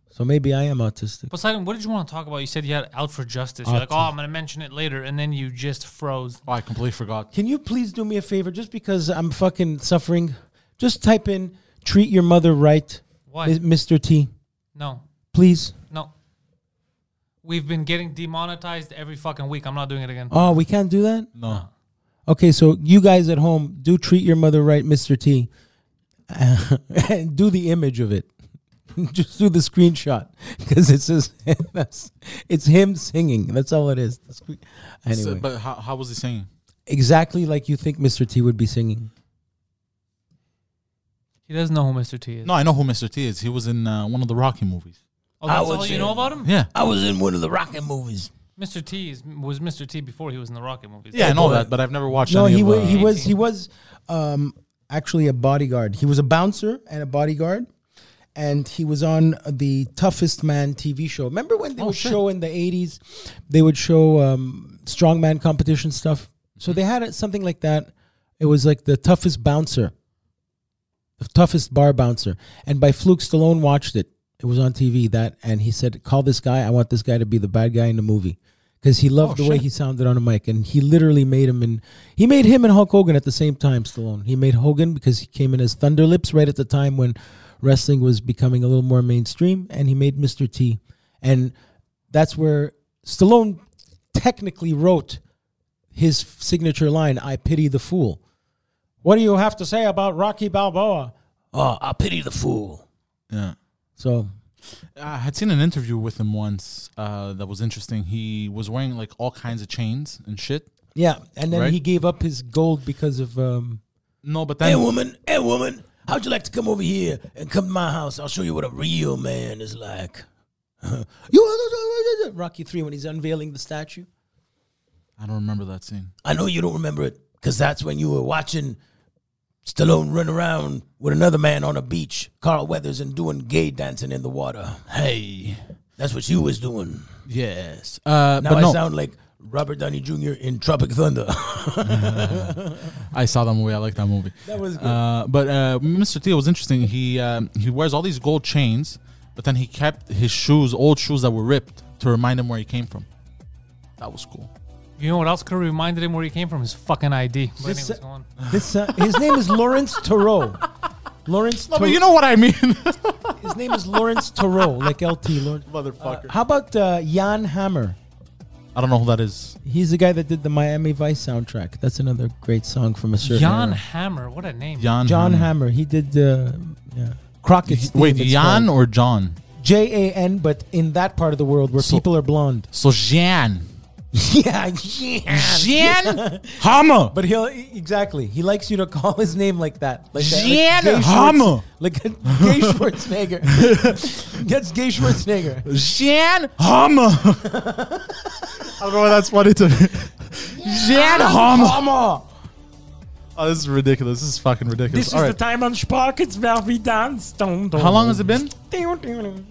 So maybe I am autistic. Poseidon, what did you want to talk about? You said you had out for justice. Ah, You're like, oh, I'm going to mention it later, and then you just froze. Oh, I completely forgot. Can you please do me a favor just because I'm fucking suffering? Just type in treat your mother right, Why? Mr. T. No, Please. no. We've been getting demonetized every fucking week. I'm not doing it again. Oh, we can't do that? No, Okay, so you guys at home do treat your mother right, Mr. T. and do the image of it. Just do the screenshot because it says that's it's him singing. That's all it is. The screen- Anyway, So- but how, how was he singing? exactly like you think Mr. T would be singing. He doesn't know who Mr. T is. No, I know who Mr. T is. He was in uh, one of the Rocky movies. oh, I that's would all say- you know about him? Yeah, I was in one of the Rocket movies. Mr. T is, was Mr. T before he was in the Rocket movies. yeah, I know boy. that, but I've never watched. No, any he of, was uh, he was he was um, actually a bodyguard. He was a bouncer and a bodyguard, and he was on the Toughest Man TV show. Remember when they Oh, would shit. show in the eighties, they would show um, strongman competition stuff. So they had it, something like that. It was like the toughest bouncer, the toughest bar bouncer, and by fluke, Stallone watched it. It was on TV that, and he said, "Call this guy. I want this guy to be the bad guy in the movie." Because he loved Oh, the way shit. he sounded on a mic, and he literally made him in. He made him and Hulk Hogan at the same time. Stallone. He made Hogan because he came in as Thunder Lips right at the time when wrestling was becoming a little more mainstream, and he made Mr. T, and that's where Stallone technically wrote his f- signature line, "I pity the fool." What do you have to say about Rocky Balboa? Oh, I pity the fool. Yeah. So I had seen an interview with him once uh, that was interesting. He was wearing like all kinds of chains and shit. yeah, and then Right. he gave up his gold because of um, No, but Hey, then woman. Hey, woman. How'd you like to come over here and come to my house? I'll show you what a real man is like. you Rocky Three when he's unveiling the statue. I don't remember that scene. I know you don't remember it because that's when you were watching Stallone run around with another man on a beach, Carl Weathers, and doing gay dancing in the water. Hey, That's what you was doing. yes, uh, Now but no, I sound like Robert Downey Jr. in Tropic Thunder. I saw that movie. I like that movie. That was good. Uh, but uh, Mr. T was interesting. He um, he wears all these gold chains, but then he kept his shoes, old shoes that were ripped, to remind him where he came from. That was cool. You know what else could have reminded him where he came from? His fucking ID. But This, anyways, uh, go on. This, uh, his name is Lawrence Thoreau. Lawrence. No, Tor- but you know what I mean, his name is Lawrence Thoreau, like LT Lord. motherfucker. How about uh, Jan Hammer? I don't know who that is. He's the guy that did the Miami Vice soundtrack. That's another great song from a certain Jan era. Hammer. What a name. Jan. John Hammer. He did uh, yeah. Crockett's Wait, theme, it's Jan called. or John? J A N, but in that part of the world where So- people are blonde. So Jan. yeah, yeah. Jan Hammer. But he'll e- exactly. He likes you to call his name like that, like that, Jan like Gay Schwartz- Hammer. like a Gay Schwarzenegger. That's Gay Schwarzenegger. Jan Hammer. I don't know why that's funny to me. Jan Hammer. Hammer. Oh, this is ridiculous. This is fucking ridiculous. This All is right. the time on Sparkets where we dance. Dum, dum, How long has it been? Dum, dum,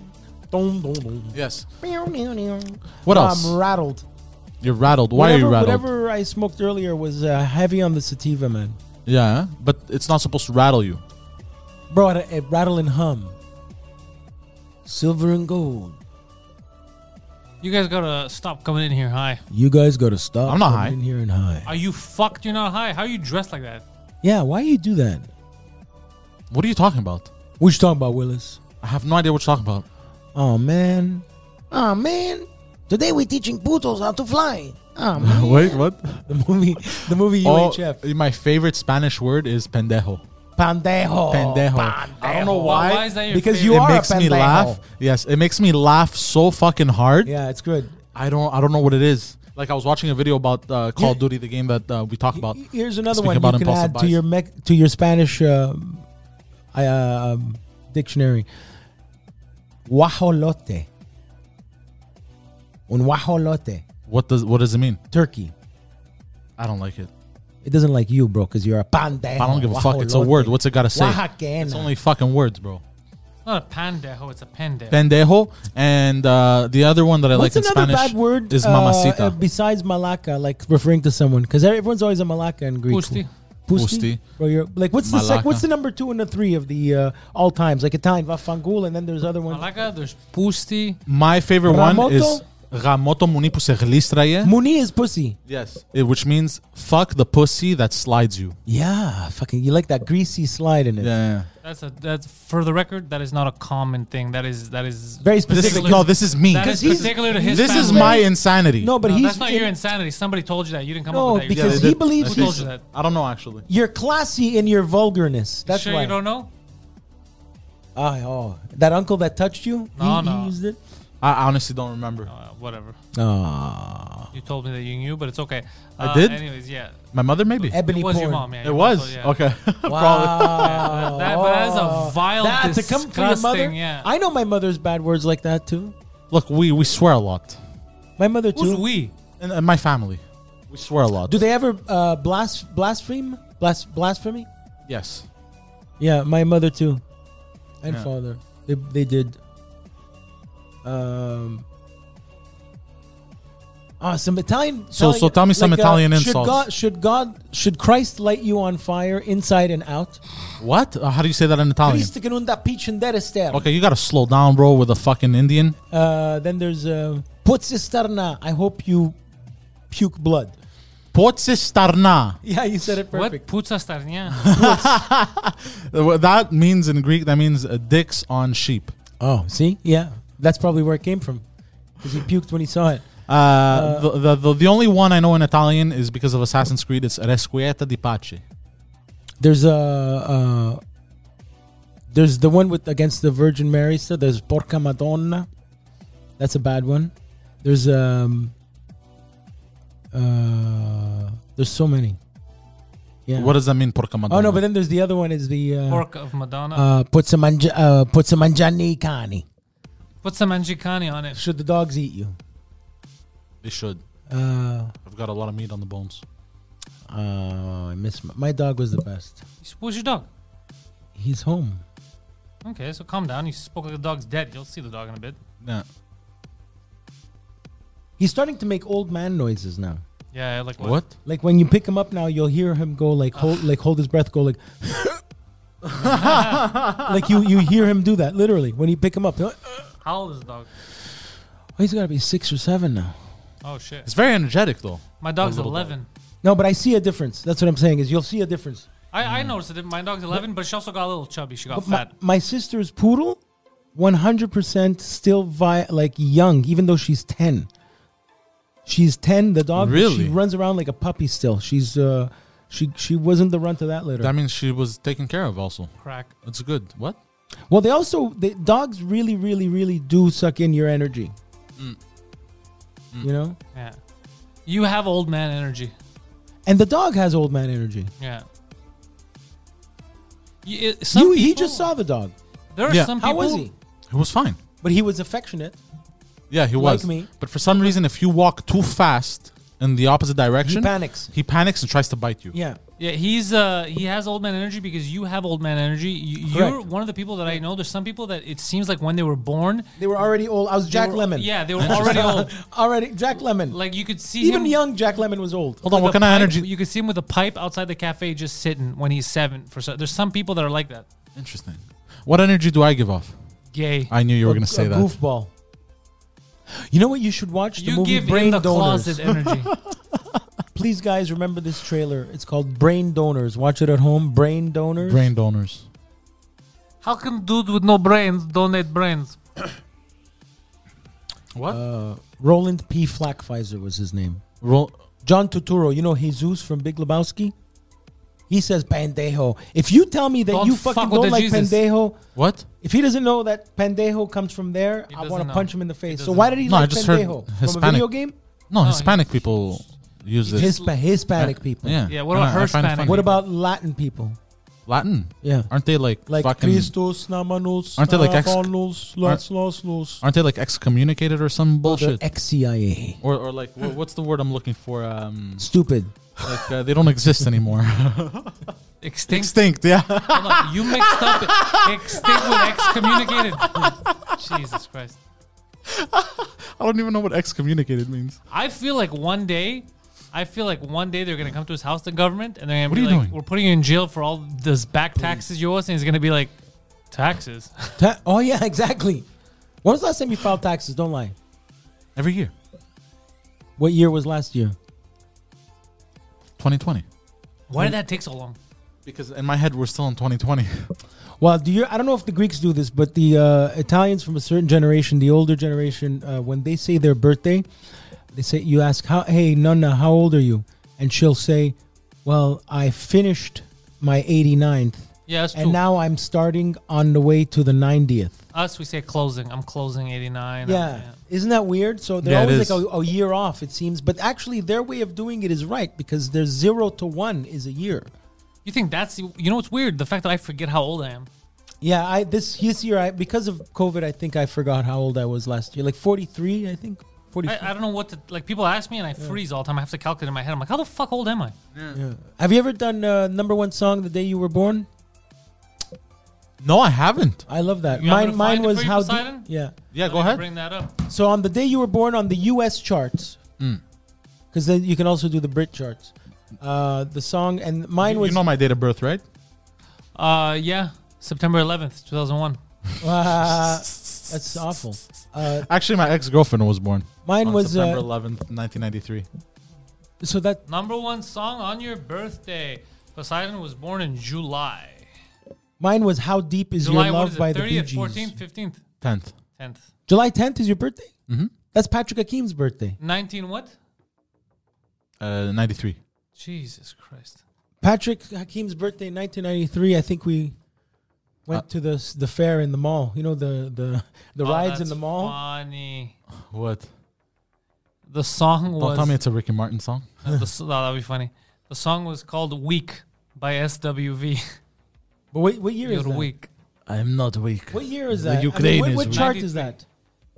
dum, dum, dum. Yes. What What else? I'm rattled. You're rattled. Why whatever, are you rattled? Whatever I smoked earlier was uh, heavy on the sativa, man. Yeah, but it's not supposed to rattle you. Bro, it, it rattle and hum. Silver and gold. You guys gotta stop coming in here high. You guys gotta stop. I'm not coming high. In here and high. Are you fucked? You're not high. How are you dressed like that? Yeah, why you do that? What are you talking about? What you talking about, Willis? I have no idea what you're talking about. Oh man, Ah man, today we're teaching putos how to fly. Ah man. Wait, what? the movie, the movie Oh, UHF. my favorite Spanish word is pendejo. Pandejo. Pendejo. I don't know why. Why is that your Because you it are a favorite? makes me pendejo. laugh. Yes, it makes me laugh so fucking hard. Yeah, it's good. I don't. I don't know what it is. Like I was watching a video about uh, Call of Yeah. Duty, the game that uh, we talk about. Here's another Speaking about one you can impulsive add to buys. your mech to your Spanish um, I, uh, um, dictionary. Guajolote. Un guajolote. What does What does it mean? Turkey. I don't like it. It doesn't like you, bro, because you're a pandejo. I don't give a fuck. It's a word. What's it gotta say? Oaxacana. It's only fucking words, bro. It's not a pandejo. It's a pendejo. Pendejo, and uh, the other one that I What's like in another Spanish bad word is uh, mamacita. uh, besides malaka, like referring to someone, because everyone's always a malaka in Greek. Pusti. Pusti. Bro, you're like what's the sec- Malaka. what's the number two and the three of the uh, all times? Like Italian vafangul, and then there's other ones. Malaga, there's pusti. My favorite one Ramoto? is Ramoto Muni που σε γλίστραγε. Muni is pussy. Yes. It, which means fuck the pussy that slides you. Yeah, fucking. You like that greasy slide in it? Yeah. That's a that's for the record. That is not a common thing. That is that is Very This is, specific. no, this is me. That is 'Cause he's- particular to his. This is family. my insanity. No, but No, he's that's not in- your insanity. Somebody told you that. You didn't come No, up with that. because yourself. they he did. believes That's Who he's- told you that? I don't know actually. you're classy in your vulgarness. That's sure why. you don't know. Ah, oh, that uncle that touched you? he, No, he no. used it. I honestly don't remember. Uh, whatever. Ah, You told me that you knew, but it's okay. I Uh, did? Anyways, yeah. My mother maybe. ebony it was porn. your mom. Yeah, It your was. mom, yeah. Okay. Wow. That, but that is a vile, That, to come disgusting. from your mother. Yeah. I know my mother's bad words like that too. Look, we we swear a lot. My mother Who's too. we? And, and my family. We swear a lot. Do they ever uh, blas blaspheme? Blas blasphemy? yes. Yeah, my mother too, and Yeah. father. They they did. Um. Ah, some Italian. uh, So- so tell me some Italian should insults. God, should God, should Christ light you on fire inside and out? What? Uh, how do you say that in Italian? Cristo che non dà picci in dare stare. Okay, you gotta slow down, bro, with a fucking Indian. Uh, then there's uh, Pozzisterna. I hope you puke blood. Pozzi starna. Yeah, you said it What? perfect. Puta starnia. Uh, well, That means in Greek, that means uh, dicks on sheep. Oh, see, yeah, that's probably where it came from, because he puked when he saw it. Uh, the, the, the, the only one I know in Italian is because of Assassin's Creed. It's Resquieta di Pace. There's a uh, there's the one with against the Virgin Mary. So there's Porca Madonna. That's a bad one. There's um uh there's so many. Yeah. What does that mean, porca oh madonna? no, but then there's the other one. Is the uh, Pork of Madonna. uh, Pozzamangi- uh Pozzamangiani cani. Put some Angicani on it. Should the dogs eat you? they should. Uh, I've got a lot of meat on the bones. oh, I miss my, my dog was the best. Where's your dog? He's home. Okay, so calm down. You spoke like the dog's dead. You'll see the dog in a bit. Yeah. He's starting to make old man noises now. Yeah, like what? What? Like when you pick him up now, you'll hear him go like hold like hold his breath, go like like you you hear him do that literally when you pick him up. You're like, How old is the dog? "Oh, he's got to be six or seven now. Oh shit! It's very energetic though. My dog's A little eleven. No, but I see a difference. That's what I'm saying is you'll see a difference. I, I noticed it. My dog's eleven, but she also got a little chubby. She got Hmm. But my, fat. my sister's poodle, 100% still vi- like young, even though she's 10. She's 10. The dog Really? she runs around like a puppy still. She's uh she she wasn't the run to that litter. That means she was taken care of also. Crack. That's good. What? Well, they also they, dogs really, really, really do suck in your energy. Mm. You know, Yeah. You have old man energy. and the dog has old man energy. Yeah. You, it- some You, he people- just saw the dog. There are Yeah. some people. How was he? He was fine. But he was affectionate. Yeah, he Like was. me. But for some reason, if you walk too fast in the opposite direction, panics. He panics and tries to bite you. Yeah, Yeah, he's uh he has old man energy because you have old man energy. You, you're Correct. one of the people that I know. There's some people that it seems like when they were born, they were already old. I was they Jack were- Lemon. Yeah, they were already old. already Jack Lemon. Like you could see Even him young Jack Lemon was old. Hold on, what with a kind of pipe- energy? You could see him with a pipe outside the cafe, just sitting when he's seven. For so, there's some people that are like that. Interesting. What energy do I give off? Gay. I knew you were A- going to say a that. Goofball. You know what? You should watch the you movie give Brain in the Donors. closet energy. Please, guys, remember this trailer. It's called Brain Donors. Watch it at home. Brain Donors. Brain donors. How can dudes with no brains donate brains? What? Roland P. Flackpfizer was his name. Roll. John Turturro, you know Jesus from Big Lebowski? He says pendejo. If you tell me that Don't you fuck fucking with don't the like Jesus. pendejo, What? if he doesn't know that pendejo comes from there, He I want doesn't to punch know. him in the He face. So doesn't why know. did he No, I like just heard pendejo? From a Hispanic- video game? No, No, Hispanic people use this. Hispa- Hispanic people. Yeah. Yeah, what about I find it Hispanic? funny. What about Latin people? Latin? Yeah. Aren't they like, Like fucking? Christos, Namanos, Aren't they like ex- Avanos, Los, Los, Los. Aren't they like excommunicated or some bullshit? Ex-CIA. or or like wha- what's the word I'm looking for? Um, Stupid. like uh, they don't exist anymore. Extinct. Extinct. Yeah. Hold on, you mixed up extinct with excommunicated. Jesus Christ. I don't even know what excommunicated means. I feel like one day, I feel like one day they're gonna come to his house, the government, and they're gonna What be are you like, doing? "We're putting you in jail for all this back taxes you owe us," and he's gonna be like, "Taxes? Ta- oh, yeah, exactly. When was the last time you filed taxes? Don't lie. Every year, What year was last year? 2020. Why did that take so long?" Because in my head we're still in 2020. Well, do you, I don't know if the Greeks do this, but the uh, Italians from a certain generation, the older generation, uh, when they say their birthday, they say you ask, "How hey Nonna, how old are you?" And she'll say, "Well, I finished my 89th, Yeah, that's true. and now I'm starting on the way to the 90th." Us, we say closing. I'm closing 89. I'm- Yeah. Isn't that weird? So they're Yeah, it always is. like a, a year off, it seems. But actually, their way of doing it is right because their zero to one is a year. You think that's you know what's weird? The fact that I forget how old I am. Yeah, I this this year I because of COVID, I think I forgot how old I was last year. Like forty three, I think. Forty four. I, I don't know what to like. People ask me, and I freeze all the time. I have to calculate in my head. I'm like, "How the fuck old am I?" Have you ever done uh, number one song the day you were born? no, I haven't. I love that. You want mine me to mine find it was for you, how deep. Poseidon? yeah. Yeah, Let go me ahead. Bring that up. So on the day you were born on the U.S. charts, Mm. because then you can also do the Brit charts. Uh, the song and mine You, was you know my date of birth, right? Uh, yeah, September 11th, 2001. Uh, that's awful. Uh, Actually, my ex girlfriend was born. mine on was September uh, 11th, 1993. so that Number one song on your birthday. Poseidon was born in July. mine was how deep is July your what love is it? by the Bee 30th, Gees. 14th, 15th, 10th. 10th. July tenth is your birthday. Mm-hmm. That's Patrick Akeem's birthday. 19 what? Uh, 93. Jesus Christ. Patrick Hakeem's birthday in 1993. I think we went Uh, to the the fair in the mall. You know the the the Oh, rides in that's the mall. Funny. What? The song Don't tell me was. it's a Ricky Martin song. the, s- oh, that'd be funny. The song was called "Weak" by SWV. But wait, what year You're is that? weak. I'm not weak. What year is The that? Ukraine what is what weak. chart is that?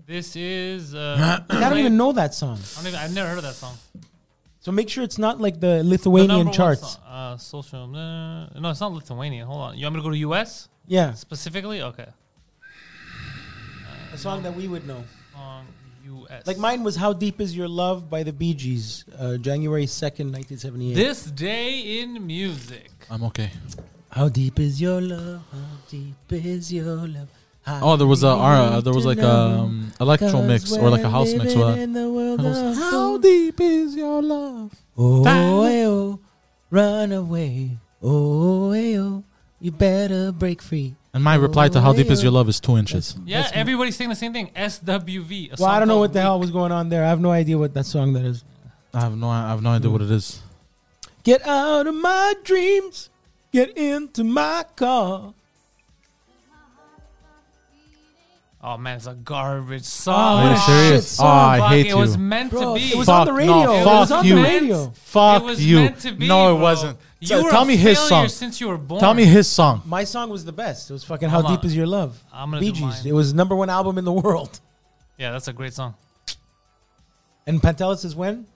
This is. Uh, I don't even know that song. I don't even, I've never heard of that song. So make sure it's not like the The Lithuanian number one charts. song, uh, social. Uh, no, it's not Lithuanian. Hold on. You want me to go to U.S. Yeah, specifically? Okay. a song that we would know. Um, U.S. Like mine was "How Deep Is Your Love" by the Bee Gees, uh, January second, nineteen seventy eight. This day in music. Uh, I'm okay. How deep is your love? How deep is your love? I Oh, there was a need uh, there was to like a know, um, electro 'cause mix or like a we're house mix. living Or that. in the world of- How deep is your love? Oh, eh, oh, run away. Oh, eh, oh, you better break free. And my reply to how deep is your love is two inches. Yeah, everybody's saying the same thing. SWV. a Well, I song don't know called what the hell Weak. was going on there. I have no idea what that song that is. I have no I have no idea what it is. Get out of my dreams. Get into my car. Oh man, it's a Oh, garbage song. Are you What a serious? shit Oh, I song. hate it was you. meant Bro, to be. it was Fuck on the radio. no, it was fuck on you. the radio. Fuck It was you. meant to be, no, it bro. wasn't. You Tell- were tell a me his failure song. Since you were born. Tell me his song. My song was the best. It was fucking How I'm Deep gonna- Is Your Love? I'm gonna Bee do Gees. mine. It was number one album in the world. Yeah, that's a great song. And Pantelis is when?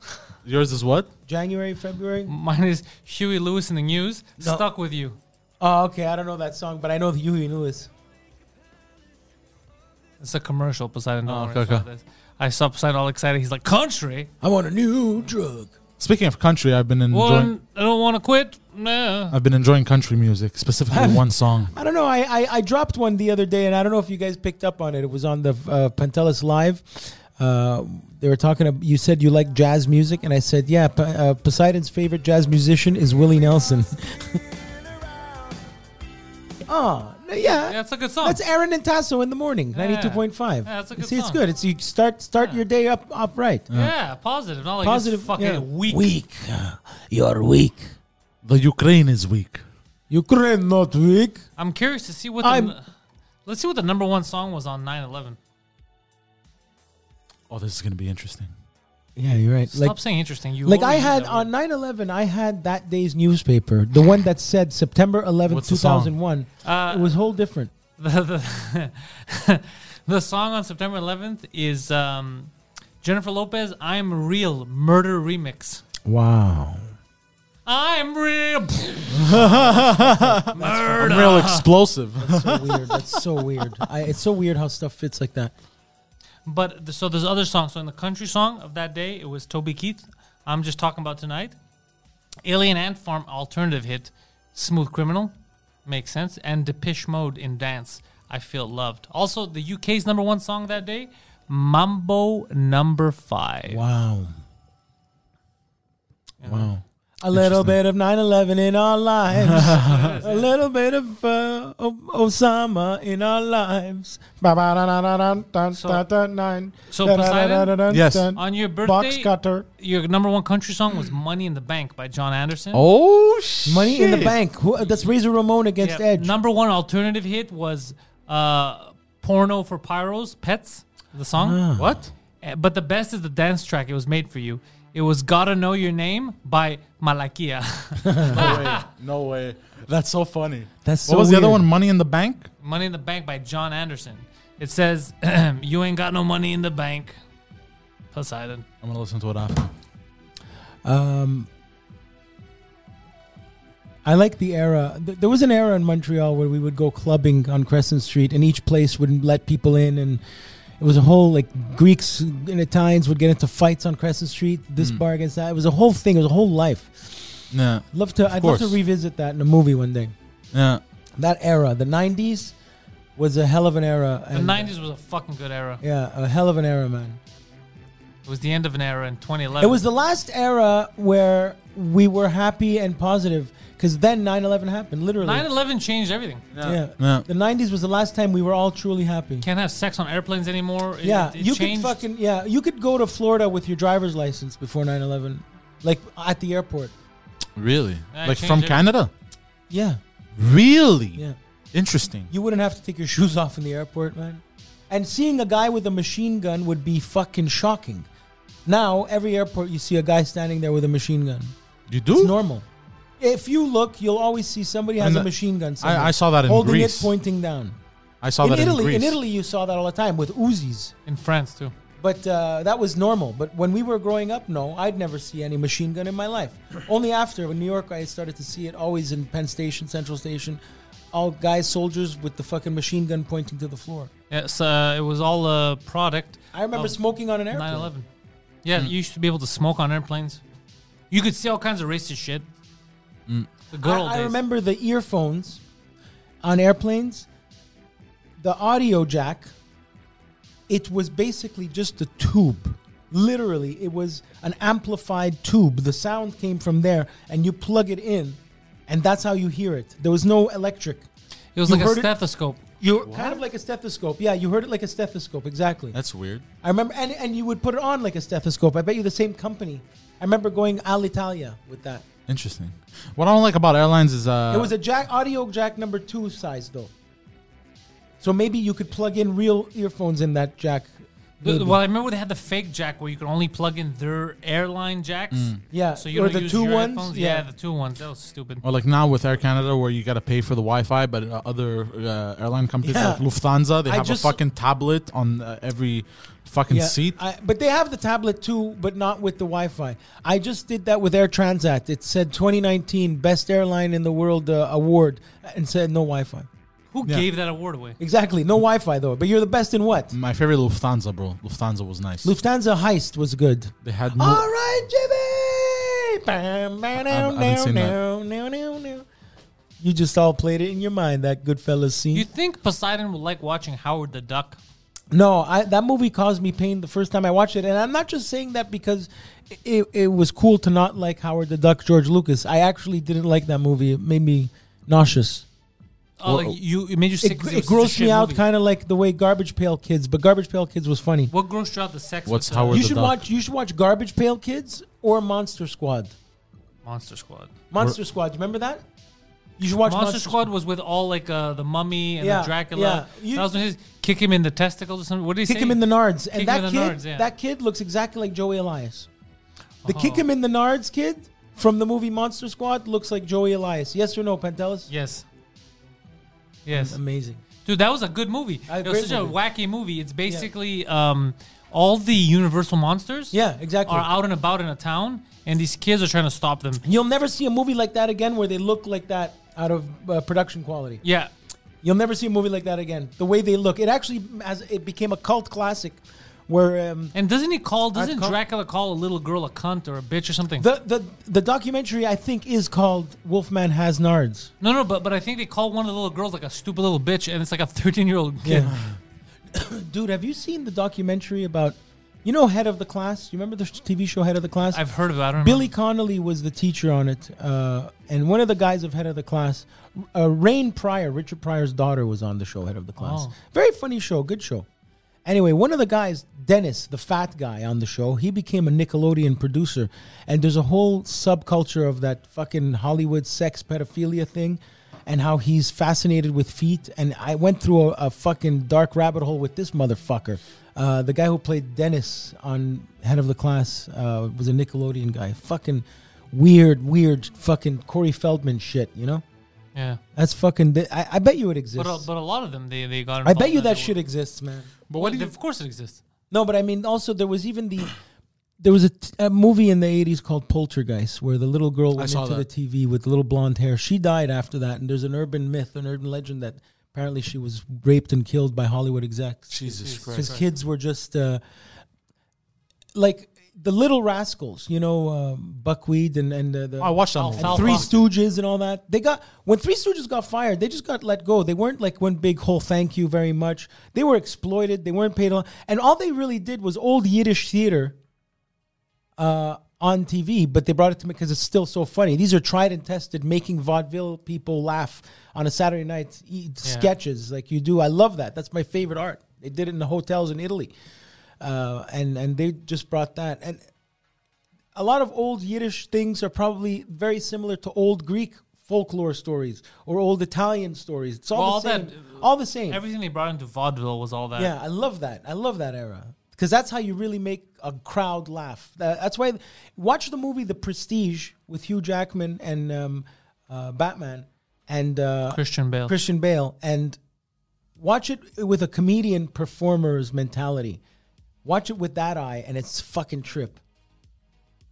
Yours is what? January, February? Mine is Huey Lewis in the News. No. Stuck with you. Oh, okay. I don't know that song, but I know the Huey Lewis. It's a commercial. Poseidon. Don't Oh, worry, okay, it's not okay. this. I saw Poseidon all excited. He's like, "Country? I want a new drug. Speaking of country, I've been enjoying Well, I don't want to quit. Nah. I've been enjoying country music, specifically one song. I don't know. I, I, I dropped one the other day, and I don't know if you guys picked up on it. It was on the uh, Pantelis Live. Uh, they were talking. ab- you said you like jazz music, and I said, yeah. P- uh, Poseidon's favorite jazz musician is Willie Nelson. oh, no, yeah. Yeah, it's a good song. That's Aaron and Tasso in the morning, Oh. Yeah. ninety-two point five. Yeah, that's a good See, it's song. good. It's you start start your day up upright. yeah, positive. Not like Positive, positive. Fucking yeah. weak. Weak. You're weak. The Ukraine is weak. Ukraine not weak. I'm curious to see what. I'm- The, n- let's see what the number one song was on 9/11. Oh, this is gonna be interesting. Yeah, you're right. Stop Like saying interesting. You Like I always use had that on word. 9/11, I had that day's newspaper, the one that said September 11th, What's the song? 2001. Uh, it was whole different. the the, the song on September 11th is um, Jennifer Lopez. I'm real murder remix. Wow. I'm real murder. Real explosive. So weird. That's so weird. I, it's so weird how stuff fits like that. But the, so there's other songs. So in the country song of that day, it was Toby Keith. I'm just talking about tonight. Alien Ant Farm alternative hit, Smooth Criminal, makes sense. And Depeche Mode in Dance, I Feel Loved. Also, the UK's number one song that day, Mambo Number Five. Wow. wow. A little bit of 9/11 in our lives. a little bit of uh, O- Osama in our lives. So So Poseidon? Yes. On your Box birthday, cutter. your number one country song was Money in the Bank by John Anderson. Oh shit. Money in the bank. Who, that's Razor Ramon against Yeah. Edge. Number one alternative hit was uh, Porno for Pyros, Pets, the song. Ah. What? Uh, But the best is the dance track. It was made for you. It was "Gotta Know Your Name" by Malakia. No way. No way. That's so funny. That's what so was the other weird. one? Money in the bank. "Money in the Bank" by John Anderson. It says, "You ain't got no money in the bank." Poseidon. I'm gonna listen to it after. Um, I like the era. Th- There was an era in Montreal where we would go clubbing on Crescent Street, and each place wouldn't let people in, and it was a whole like Greeks and Italians would get into fights on Crescent Street. This Hmm. bar against that. It was a whole thing. It was a whole life. Yeah. Love to. I'd love course. to revisit that in a movie one day. Yeah. That era, the '90s, was a hell of an era. uh, The '90s was a fucking good era. Yeah, a hell of an era, man. It was the end of an era in 2011. It was the last era where we were happy and positive because then 9-11 happened, literally. 9/11 changed everything. Yeah. Yeah. The 90s was the last time we were all truly happy. Can't have sex on airplanes anymore. It- yeah, it- it you changed. could fucking yeah, you could go to Florida with your driver's license before 9/11 like at the airport. Really? Yeah, like change from it. Canada? Yeah. Really? Yeah. Interesting. You wouldn't have to take your shoes off in the airport, man. And seeing a guy with a machine gun would be fucking shocking. Now, every airport you see a guy standing there with a machine gun. You It's do? normal. If you look, you'll always see somebody has And a the- machine gun. somewhere, I saw that in holding Greece. it, pointing down. I saw in that Italy, in Greece. Italy, you saw that all the time with Uzis. in France too. But uh, that was normal. But when we were growing up, no, I'd never see any machine gun in my life. Only after in New York, I started to see it always in Penn Station, Central Station, all guys soldiers with the fucking machine gun pointing to the floor. Yes, uh, it was all a product. I remember of smoking on an airplane. 9/11. Yeah, Hmm. you used to be able to smoke on airplanes. You could see all kinds of racist shit. Hmm. The good I, old I days. remember the earphones on airplanes, the audio jack. It was basically just a tube. Literally, it was an amplified tube. The sound came from there, and you plug it in, and that's how you hear it. There was no electric. It was you like a heard it- stethoscope. You're kind of like a stethoscope. Yeah, you heard it like a stethoscope. Exactly. That's weird. I remember, and, and you would put it on like a stethoscope. I bet you the same company. I remember going Alitalia with that. Interesting. What I don't like about airlines is uh, it was a jack audio jack number two size though. So maybe you could plug in real earphones in that jack. Th- maybe. Well, I remember they had the fake jack where you could only plug in their airline jacks. Hmm. yeah, So you or don't the use two your ones. headphones. Yeah, Yeah. the two ones. That was stupid. or like now with Air Canada where you got to pay for the Wi-Fi, but uh, other uh, airline companies Yeah. like Lufthansa they I have just- a fucking tablet on uh, every fucking yeah. seat. I, but they have the tablet too, but not with the Wi-Fi. I just did that with Air Transat. It said 2019 best airline in the world uh, award, and said no Wi-Fi. Who Yeah. gave that award away? Exactly, no Wi-Fi though. But you're the best in what? My favorite Lufthansa, bro. Lufthansa was nice. Lufthansa heist was good. they had All no, right, Jimmy. Bam, bam, haven't now, seen now, now, now, now. You just all played it in your mind that Goodfellas scene. You think Poseidon would like watching Howard the Duck? no, I, that movie caused me pain the first time I watched it, and I'm not just saying that because it, it was cool to not like Howard the Duck, George Lucas. I actually didn't like that movie. It made me nauseous. Oh, like you it made you sick. It, 'cause it was such a grossed shit me out, movie. kind of like the way Garbage Pail Kids, but Garbage Pail Kids was funny. What grossed you out? The sex. What's with the Howard You the should Duck? watch. You should watch Garbage Pail Kids or Monster Squad. Monster Squad? Monster Squad. You remember that? You should watch Monster, Squad was with all like uh, the Mummy and Yeah, the Dracula. yeah. You- that was when his kick him in the testicles or something. What did he Kick say? him in the nards, Kick and him that in kid, the nards, yeah. Uh-huh. that kid looks exactly like Joey Elias. The kick him in the nards kid from the movie Monster Squad looks like Joey Elias. Yes or no, Pantelis? Yes. Yes, Amazing. dude, that was a good movie. A it was great such movie. a wacky movie. It's basically um, all the Universal monsters. Yeah, exactly. Are out and about in a town, and these kids are trying to stop them. You'll never see a movie like that again where they look like that out of uh, production quality. Yeah, You'll never see a movie like that again. The way they look, it actually has it became a cult classic, where um, and doesn't he call? Doesn't call- Dracula call a little girl a cunt or a bitch or something? the, the the documentary I think is called Wolfman Has Nards. no, no, but but I think they call one of the little girls like a stupid little bitch, and it's like a thirteen-year-old kid. Yeah. Dude, have you seen the documentary about you know Head of the Class? You remember the sh- TV show Head of the Class? I've heard of it. I don't Billy Connolly was the teacher on it, uh, and one of the guys of Head of the Class, uh, Rain Pryor, Richard Pryor's daughter, was on the show Head of the Class. Oh. Very funny show, good show. Anyway, one of the guys, Dennis, the fat guy on the show, he became a Nickelodeon producer, and there's a whole subculture of that fucking Hollywood sex pedophilia thing, and how he's fascinated with feet. And I went through a, a fucking dark rabbit hole with this motherfucker. Uh, the guy who played Dennis on Head of the Class uh, was a Nickelodeon guy. Fucking weird, weird fucking Corey Feldman shit. You know, know. Yeah. that's fucking. I, I bet you it exists. But a, but a lot of them they they got. I bet you involved in that it. shit exists, man. But Well, what do you? of course it exists. No, but I mean, also there was even the there was a, t- a movie in the '80s called Poltergeist, where the little girl went saw into that. the TV with little blonde hair. She died after that, and there's an urban myth, an urban legend that apparently she was raped and killed by Hollywood execs Jesus Christ! because kids were just uh, like the Little Rascals, you know, uh, Buckwheat and and uh, the I watched that. Oh, movie. Falcon. Three Stooges and all that. They got when Three Stooges got fired, they just got let go. They weren't like one big whole thank you very much. They were exploited. They weren't paid. al- And all they really did was old Yiddish theater uh, on TV. But they brought it to me because it's still so funny. These are tried and tested, making vaudeville people laugh on a Saturday night e- sketches like you do. I love that. That's my favorite art. They did it in the hotels in Italy, uh, and and they just brought that and a lot of old Yiddish things are probably very similar to old Greek folklore stories or old Italian stories. It's all Well, all the same. that- all the same. Everything they brought into vaudeville was all that. yeah, I love that. I love that era because that's how you really make a crowd laugh. That- that's why. Watch the movie The Prestige with Hugh Jackman and um, uh, Batman and uh, Christian Bale. Christian Bale and watch it with a comedian performer's mentality. Watch it with that eye, and it's fucking trip.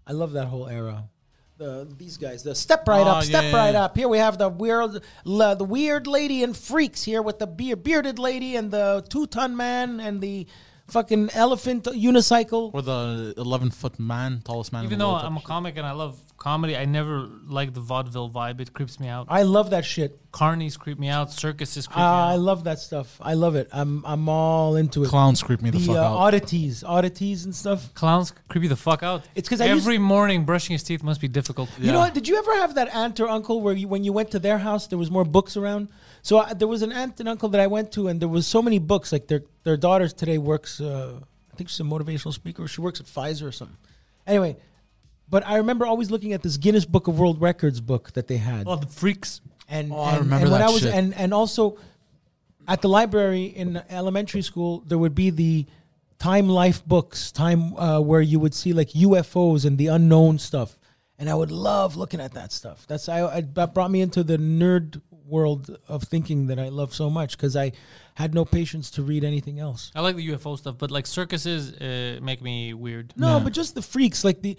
I love that whole era. the these guys. The step right Oh, up, step yeah, right yeah. up. Here we have the weird, la, the weird lady and freaks here with the beard, bearded lady and the two ton man and the fucking elephant unicycle. Or the 11 foot man, tallest man. Even in the though world type I'm a shit. comic and I love comedy, I never like the vaudeville vibe. It creeps me out. I love that shit. Carnies creep me out. Circuses creep Uh, I me out. love that stuff. I love it. I'm I'm all into it. clowns creep me the, the fuck uh, out. oddities, oddities and stuff. Clowns creep you the fuck out. It's 'cause I used- every morning brushing his teeth must be difficult. You know what? Did you ever have that aunt or uncle where you, when you went to their house, there was more books around? So I, there was an aunt and uncle that I went to, and there was so many books. Like their their daughter today works, uh, I think she's a motivational speaker. She works at Pfizer or something. Anyway, but I remember always looking at this Guinness Book of World Records book that they had, Oh, the freaks. and, Oh, I and- remember and when that I was shit. and and also at the library in elementary school, there would be the Time Life books, time uh, where you would see like UFOs and the unknown stuff, and I would love looking at that stuff. That's I, I that brought me into the nerd world of thinking that I love so much because I had no patience to read anything else. I like the UFO stuff, but like circuses uh, make me weird. No, but just the freaks like the.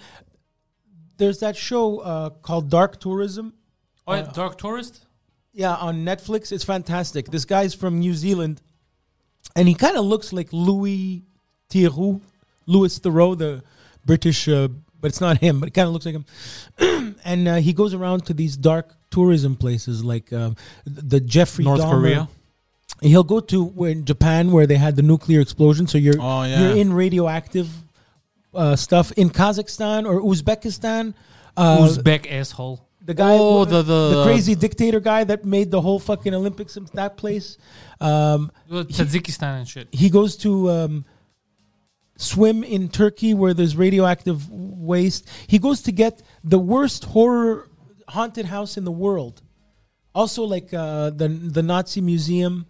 There's that show uh, called Dark Tourism. Oh, yeah, Dark Tourist? Yeah, on Netflix. It's fantastic. This guy's from New Zealand, and he kind of looks like Louis Theroux, Louis Theroux, the British, uh, but it's not him. But it kind of looks like him. and uh, he goes around to these dark tourism places like um, th- the Jeffrey North Dahmer- Korea. He'll go to where in Japan where they had the nuclear explosion, so you're Oh, yeah. you're in radioactive uh, stuff in Kazakhstan or Uzbekistan. Uh, Uzbek asshole. the guy, Oh, the- the- Uh, crazy dictator guy that made the whole fucking Olympics in that place. Um, Well, Tajikistan and shit. he goes to um, swim in Turkey where there's radioactive waste. He goes to get the worst horror haunted house in the world. Also, like uh, the the Nazi museum.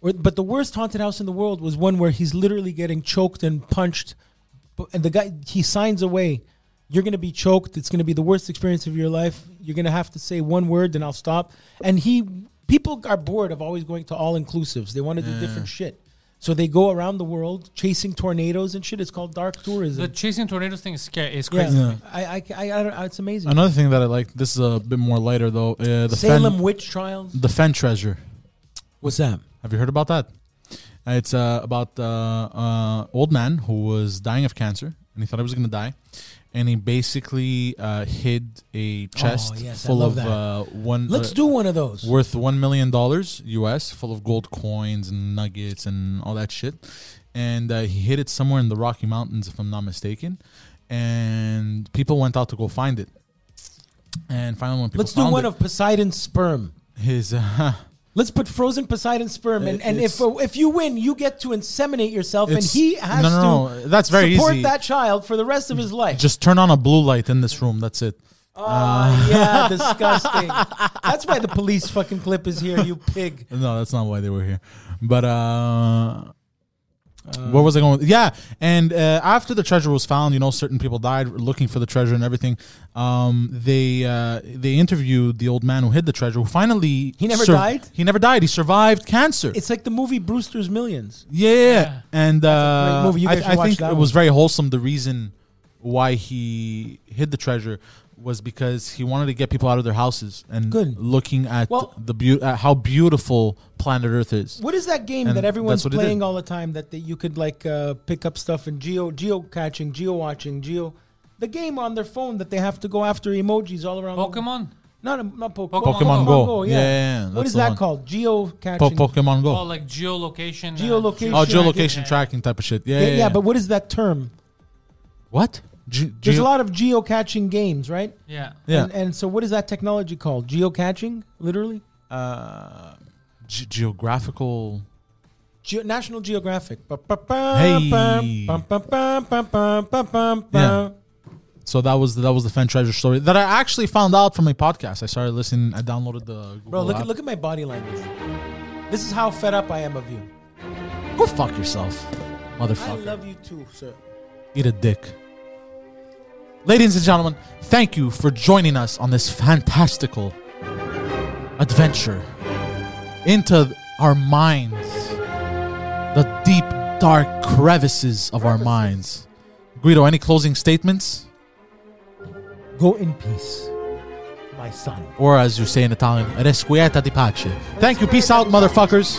Or, but the worst haunted house in the world was one where he's literally getting choked and punched, Bu- and the guy he signs away. You're gonna be choked. It's gonna be the worst experience of your life. You're gonna have to say one word, and I'll stop. And he, people are bored of always going to all inclusives. They want to do different shit, so they go around the world chasing tornadoes and shit. It's called dark tourism. The chasing tornadoes thing is scary. It's yeah, crazy. I, I, I, I don't, it's amazing. Another thing that I like, this is a bit more lighter though, uh, the, Salem Fen, witch trials. the Fen treasure. What's that? Have you heard about that? Uh, It's uh, about uh, uh, old man who was dying of cancer, and he thought he was going to die, and he basically uh, hid a chest Oh, yes, I full of love that. uh, one. Let's uh, do one of those. worth one million dollars U.S. full of gold coins and nuggets and all that shit, and uh, he hid it somewhere in the Rocky Mountains, if I'm not mistaken, and people went out to go find it, and finally when people Let's do found one it, of Poseidon's sperm. his. Uh, Let's put frozen Poseidon sperm, and, Uh, and if it's- if you win, you get to inseminate yourself, and It's- he has no, no, to no, that's very support easy. that child for the rest of his life. just turn on a blue light in this room. That's it. Ah. oh, yeah, disgusting. That's why the police fucking clip is here, you pig. No, that's not why they were here. But uh, where was I going? With? Yeah, and uh, after the treasure was found, you know, certain people died looking for the treasure and everything. Um, they uh, they interviewed the old man who hid the treasure. Who finally He never died? He never died. He survived cancer. It's like the movie Brewster's Millions. yeah, yeah, yeah. and uh, great movie. You I, guys should I watch think that it was one. very wholesome. The reason why he hid the treasure was because he wanted to get people out of their houses and Good. looking at Well- the beau- at how beautiful planet Earth is. What is that game And that everyone's that's what he did. playing all the time that, that you could like uh, pick up stuff and geo geo catching, geo watching, geo the game on their phone that they have to go after emojis all around. the- Pokemon? No, no, not Pokemon. Pokemon Pokemon Go. Yeah, yeah, yeah, What that's is the that one. called? Geo catching. Po- Pokemon Go. Oh, like geolocation. uh, Geolocation. Oh, tracking. geolocation tracking type of shit. Yeah, yeah, yeah. yeah, but what is that term? what? Ge- There's geo- a lot of geo catching games, right? yeah. Yeah. And, and so, what is that technology called? Geo catching, literally. uh, ge- geographical. Geo- National Geographic. Ba- ba- Hey. ba- ba- ba- ba- ba- ba- ba- ba- Yeah. ba. So that was that was the Fen treasure story that I actually found out from a podcast. I started listening. I downloaded the Google Bro, look app. at look at my body language. This is how fed up I am of you. Go fuck yourself, I motherfucker. love you too, sir. Eat a dick. Ladies and gentlemen, thank you for joining us on this fantastical adventure into our minds, the deep, dark crevices of our minds. Guido, any closing statements? Go in peace, my son. Or as you say in Italian, resquieta di pace. Thank you. Peace out, motherfuckers.